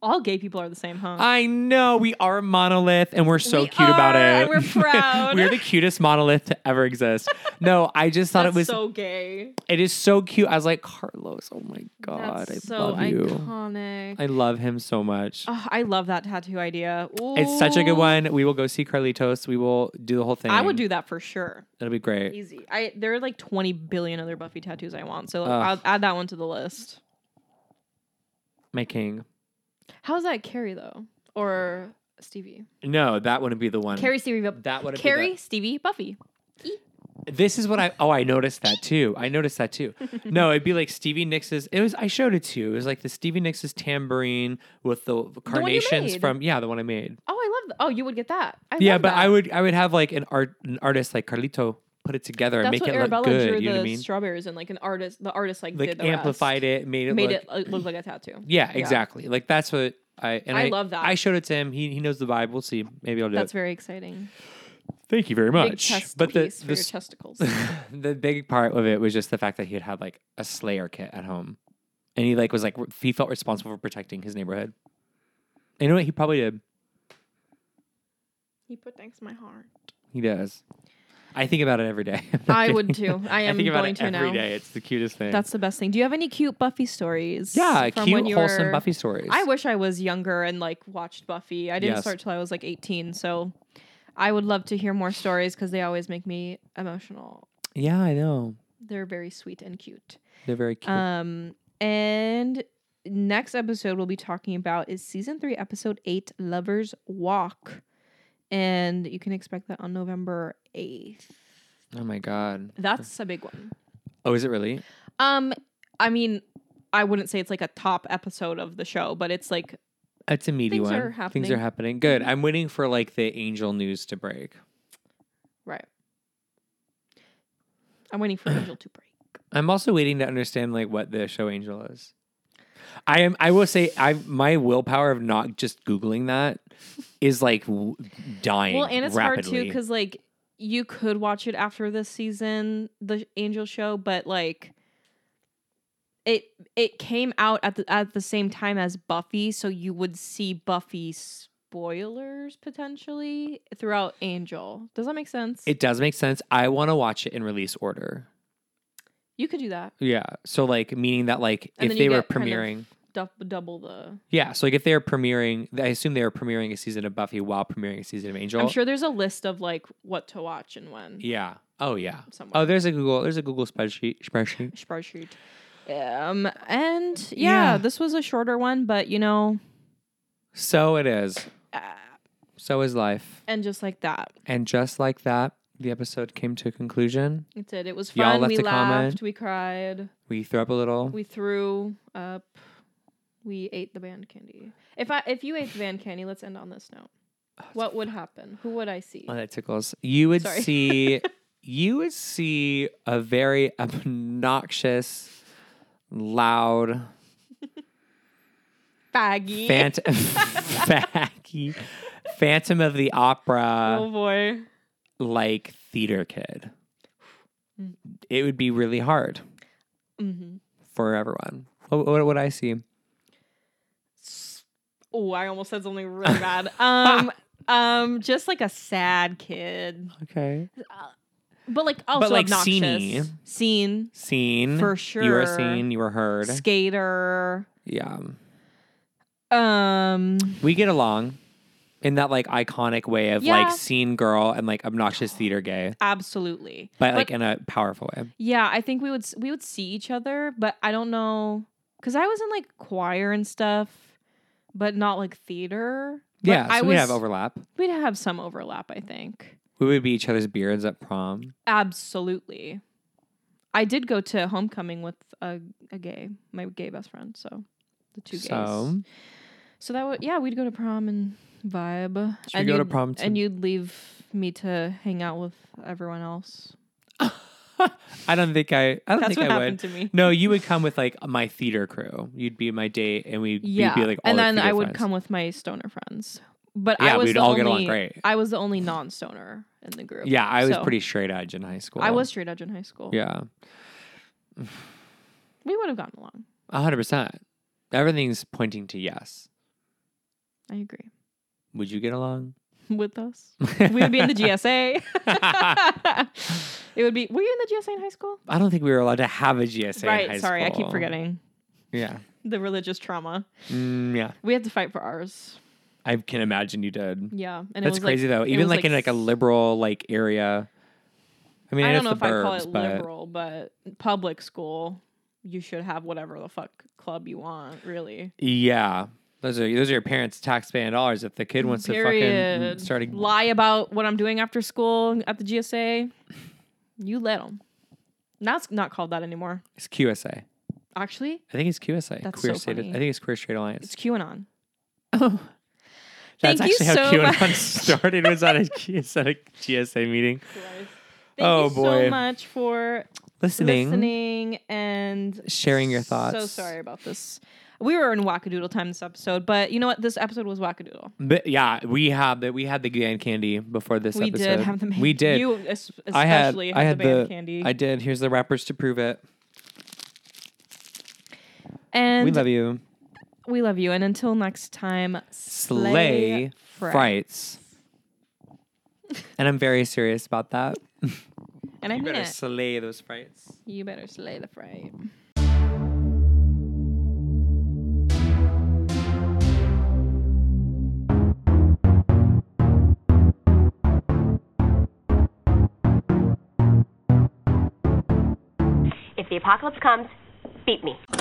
Speaker 3: all gay people are the same, huh?
Speaker 2: I know we are a monolith, and we're so
Speaker 3: We
Speaker 2: cute about
Speaker 3: are,
Speaker 2: it. *laughs*
Speaker 3: and we're proud.
Speaker 2: we're the cutest monolith to ever exist. No, I just thought
Speaker 3: That's
Speaker 2: it was.
Speaker 3: so gay.
Speaker 2: it is so cute. I was like, Carlos, oh my god,
Speaker 3: That's
Speaker 2: I
Speaker 3: so
Speaker 2: love you.
Speaker 3: iconic.
Speaker 2: I love him so much.
Speaker 3: Oh, I love that tattoo idea.
Speaker 2: It's such a
Speaker 3: Ooh.
Speaker 2: good one. We will go see Carlitos. We will do the whole thing.
Speaker 3: Oh. I would do that for sure.
Speaker 2: It'll be great.
Speaker 3: Easy. I there are like 20 billion other Buffy tattoos I want, so
Speaker 2: Ugh.
Speaker 3: I'll add that one to the list.
Speaker 2: My king.
Speaker 3: How's that Carrie though? Or Stevie?
Speaker 2: No, that wouldn't be the one.
Speaker 3: Carrie Stevie Bu-
Speaker 2: That would
Speaker 3: Carrie Stevie Buffy.
Speaker 2: This is what I oh I noticed that too. I noticed that too. No, it'd be like Stevie Nicks's. It was I showed it to you. It was like the Stevie Nicks's tambourine with the carnations
Speaker 3: made.
Speaker 2: from yeah the one I made.
Speaker 3: Oh, I love. Th- oh, you would get that. I
Speaker 2: yeah,
Speaker 3: love
Speaker 2: but
Speaker 3: that.
Speaker 2: I would I would have like an art an artist like Carlito put it together
Speaker 3: That's
Speaker 2: and make
Speaker 3: what
Speaker 2: it
Speaker 3: Arabella
Speaker 2: look good.
Speaker 3: drew
Speaker 2: You know
Speaker 3: the
Speaker 2: what I mean?
Speaker 3: strawberries and like an artist. The artist like,
Speaker 2: Like
Speaker 3: did the
Speaker 2: amplified it, made
Speaker 3: rest.
Speaker 2: it
Speaker 3: made
Speaker 2: look.
Speaker 3: it uh, look like a tattoo.
Speaker 2: yeah, exactly. Like that's what I and
Speaker 3: I love that.
Speaker 2: I showed it to him. He he knows the vibe. We'll see. Maybe I'll do
Speaker 3: That's
Speaker 2: it.
Speaker 3: very exciting.
Speaker 2: Thank you very
Speaker 3: Big
Speaker 2: much.
Speaker 3: chest
Speaker 2: but the
Speaker 3: piece for
Speaker 2: the,
Speaker 3: your
Speaker 2: s-
Speaker 3: testicles. *laughs*
Speaker 2: *laughs* the big part of it was just the fact that he had had like a Slayer kit at home, and he like was like re- he felt responsible for protecting his neighborhood. And you know what? He probably did.
Speaker 3: he put thanks to my heart.
Speaker 2: He does. I think about it every day. *laughs* I'm not
Speaker 3: I would
Speaker 2: kidding.
Speaker 3: too.
Speaker 2: *laughs*
Speaker 3: I am
Speaker 2: think about
Speaker 3: going
Speaker 2: it
Speaker 3: to
Speaker 2: every
Speaker 3: now.
Speaker 2: day. It's the cutest thing.
Speaker 3: That's the best thing. Do you have any cute Buffy stories?
Speaker 2: yeah,
Speaker 3: from
Speaker 2: cute,
Speaker 3: when you
Speaker 2: wholesome
Speaker 3: were-
Speaker 2: Buffy stories.
Speaker 3: I wish I was younger and like watched Buffy. I didn't
Speaker 2: Yes.
Speaker 3: start till I was like 18, so I would love to hear more stories because they always make me emotional.
Speaker 2: yeah, I know.
Speaker 3: They're very sweet and cute.
Speaker 2: They're very cute.
Speaker 3: Um, and next episode we'll be talking about is season three, episode eight, Lovers Walk, and you can expect that on November eighth.
Speaker 2: oh my god.
Speaker 3: That's a big one.
Speaker 2: Oh, is it really?
Speaker 3: Um, I mean, I wouldn't say it's like a top episode of the show, but it's like
Speaker 2: It's a meaty
Speaker 3: Things
Speaker 2: one.
Speaker 3: are
Speaker 2: Things are
Speaker 3: happening.
Speaker 2: happening. Good. I'm waiting for like the angel news to break.
Speaker 3: right. I'm waiting for Angel to break.
Speaker 2: I'm also waiting to understand like what the show angel is. I am. I will say, I my willpower of not just googling that is like w- dying.
Speaker 3: Well, and it's hard too
Speaker 2: rapidly.
Speaker 3: because like you could watch it after this season, the Angel Show, but like it it came out at the at the same time as Buffy, so you would see Buffy spoilers potentially throughout Angel. Does that make sense?
Speaker 2: it does make sense. I want to watch it in release order.
Speaker 3: you could do that.
Speaker 2: Yeah. So like meaning that like
Speaker 3: And
Speaker 2: if
Speaker 3: then
Speaker 2: they
Speaker 3: you
Speaker 2: were
Speaker 3: get kind of-
Speaker 2: premiering,
Speaker 3: Dou- double the.
Speaker 2: yeah. So like if they were premiering, I assume they were premiering a season of Buffy while premiering a season of Angel.
Speaker 3: I'm sure there's a list of like what to watch and when.
Speaker 2: Yeah. Oh yeah.
Speaker 3: Somewhere.
Speaker 2: Oh, there's a Google. There's a Google spreadsheet. Spreadsheet.
Speaker 3: spreadsheet. Um, and
Speaker 2: Yeah.
Speaker 3: yeah, this was a shorter one, but you know,
Speaker 2: So it is.
Speaker 3: uh,
Speaker 2: So is life.
Speaker 3: and just like that,
Speaker 2: And just like that, the episode came to a conclusion.
Speaker 3: it did. It was
Speaker 2: Y'all
Speaker 3: fun.
Speaker 2: left
Speaker 3: We
Speaker 2: a
Speaker 3: laughed.
Speaker 2: comment.
Speaker 3: We cried.
Speaker 2: We threw up a little.
Speaker 3: We threw up. We ate the band candy. If I if you ate the band candy, let's end on this note. What would happen? Who would I see?
Speaker 2: oh, that tickles. You would
Speaker 3: Sorry. *laughs*
Speaker 2: see. you would see a very obnoxious, loud,
Speaker 3: Baggy.
Speaker 2: phant-
Speaker 3: *laughs*
Speaker 2: faggy, *laughs* Phantom of the Opera.
Speaker 3: oh boy.
Speaker 2: like theater kid.
Speaker 3: Mm.
Speaker 2: It would be really hard
Speaker 3: Mm-hmm.
Speaker 2: for everyone. What, what would I see?
Speaker 3: Oh, I almost said something
Speaker 2: *laughs*
Speaker 3: really bad. Um, um, just like a sad kid,
Speaker 2: Okay.
Speaker 3: but like also
Speaker 2: like,
Speaker 3: obnoxious.
Speaker 2: scene-y.
Speaker 3: Scene.
Speaker 2: Seen.
Speaker 3: For
Speaker 2: You were
Speaker 3: sure.
Speaker 2: seen. You were heard.
Speaker 3: skater.
Speaker 2: yeah.
Speaker 3: Um,
Speaker 2: We get along in that like iconic way of
Speaker 3: Yeah.
Speaker 2: like scene girl and like obnoxious theater gay,
Speaker 3: absolutely.
Speaker 2: but like in a powerful way.
Speaker 3: Yeah, I think we would s- we would see each other, but I don't know because I was in like choir and stuff, but not like theater. But
Speaker 2: yeah. So
Speaker 3: I
Speaker 2: we
Speaker 3: was-
Speaker 2: have overlap.
Speaker 3: We'd have some overlap, I think.
Speaker 2: We would be each other's beards at prom.
Speaker 3: Absolutely. I did go to homecoming with a, a gay, my gay best friend, so the two gays.
Speaker 2: So
Speaker 3: So that would yeah, we'd go to prom and vibe.
Speaker 2: Should we
Speaker 3: and
Speaker 2: go to
Speaker 3: you'd-
Speaker 2: prom to-
Speaker 3: and you'd leave me to hang out with everyone else.
Speaker 2: I don't think I. I don't
Speaker 3: That's
Speaker 2: think
Speaker 3: what
Speaker 2: I would.
Speaker 3: happened to me.
Speaker 2: No, you would come with like my theater crew. You'd be my date, and we'd we'd
Speaker 3: Yeah,
Speaker 2: be like all
Speaker 3: and
Speaker 2: our
Speaker 3: then
Speaker 2: theater
Speaker 3: I would
Speaker 2: friends.
Speaker 3: come with my stoner friends. But I
Speaker 2: Yeah,
Speaker 3: was
Speaker 2: we'd
Speaker 3: the
Speaker 2: all
Speaker 3: only,
Speaker 2: get along great.
Speaker 3: I was the only non-stoner in the group.
Speaker 2: Yeah, I was
Speaker 3: so-
Speaker 2: pretty straight edge in high school.
Speaker 3: I was straight edge in high school.
Speaker 2: Yeah,
Speaker 3: we would have gotten along.
Speaker 2: a hundred percent. Everything's pointing to yes. *laughs*
Speaker 3: I agree
Speaker 2: Would you get along?
Speaker 3: with us. We would be in
Speaker 2: *laughs*
Speaker 3: the GSA. it would be. Were you in the GSA in high school?
Speaker 2: I don't think we were allowed to have a GSA. in
Speaker 3: right.
Speaker 2: high
Speaker 3: Sorry, I keep
Speaker 2: school.
Speaker 3: forgetting
Speaker 2: Yeah,
Speaker 3: the religious trauma.
Speaker 2: Mm, yeah.
Speaker 3: We had to fight for ours.
Speaker 2: I can imagine you did.
Speaker 3: Yeah, and it
Speaker 2: That's
Speaker 3: was
Speaker 2: crazy
Speaker 3: like,
Speaker 2: though.
Speaker 3: it
Speaker 2: Even
Speaker 3: was
Speaker 2: like, in like a liberal like area. I mean,
Speaker 3: I
Speaker 2: know
Speaker 3: don't know
Speaker 2: it's
Speaker 3: if
Speaker 2: the
Speaker 3: I call
Speaker 2: burbs,
Speaker 3: it
Speaker 2: but-
Speaker 3: liberal, but public school, you should have whatever the fuck club you want, really.
Speaker 2: Yeah. Those are those are your parents' taxpaying dollars. If the kid wants to fucking
Speaker 3: Period.
Speaker 2: start a
Speaker 3: Lie about what I'm doing after school at the GSA, you let them. Now it's not called that anymore.
Speaker 2: It's QSA. I
Speaker 3: Actually,
Speaker 2: think it's QSA.
Speaker 3: That's
Speaker 2: Queer
Speaker 3: so
Speaker 2: State.
Speaker 3: funny.
Speaker 2: I think it's Queer Straight Alliance.
Speaker 3: it's QAnon.
Speaker 2: Oh. That's
Speaker 3: Thank you
Speaker 2: actually how
Speaker 3: so
Speaker 2: QAnon
Speaker 3: much.
Speaker 2: started. Was at a, was at a GSA meeting.
Speaker 3: Thank
Speaker 2: *laughs* Oh,
Speaker 3: you
Speaker 2: boy.
Speaker 3: so much for
Speaker 2: Listening,
Speaker 3: listening and
Speaker 2: sharing your thoughts.
Speaker 3: So sorry about this. We were in Wackadoodle time this episode, but you know what? This episode was Wackadoodle.
Speaker 2: But yeah, we have the, we had the Gan candy before this
Speaker 3: we
Speaker 2: episode.
Speaker 3: did have the man-
Speaker 2: We did.
Speaker 3: You es- especially
Speaker 2: I had, I had
Speaker 3: the band
Speaker 2: the,
Speaker 3: candy.
Speaker 2: I did. Here's the wrappers to prove it.
Speaker 3: and
Speaker 2: we love you.
Speaker 3: we love you. And until next time,
Speaker 2: Slay,
Speaker 3: slay,
Speaker 2: frights.
Speaker 3: fright.
Speaker 2: and I'm very serious about that.
Speaker 3: And I
Speaker 2: You
Speaker 3: mean
Speaker 2: better
Speaker 3: it.
Speaker 2: slay those frights.
Speaker 3: you better slay the fright.
Speaker 1: If the apocalypse comes, beat me.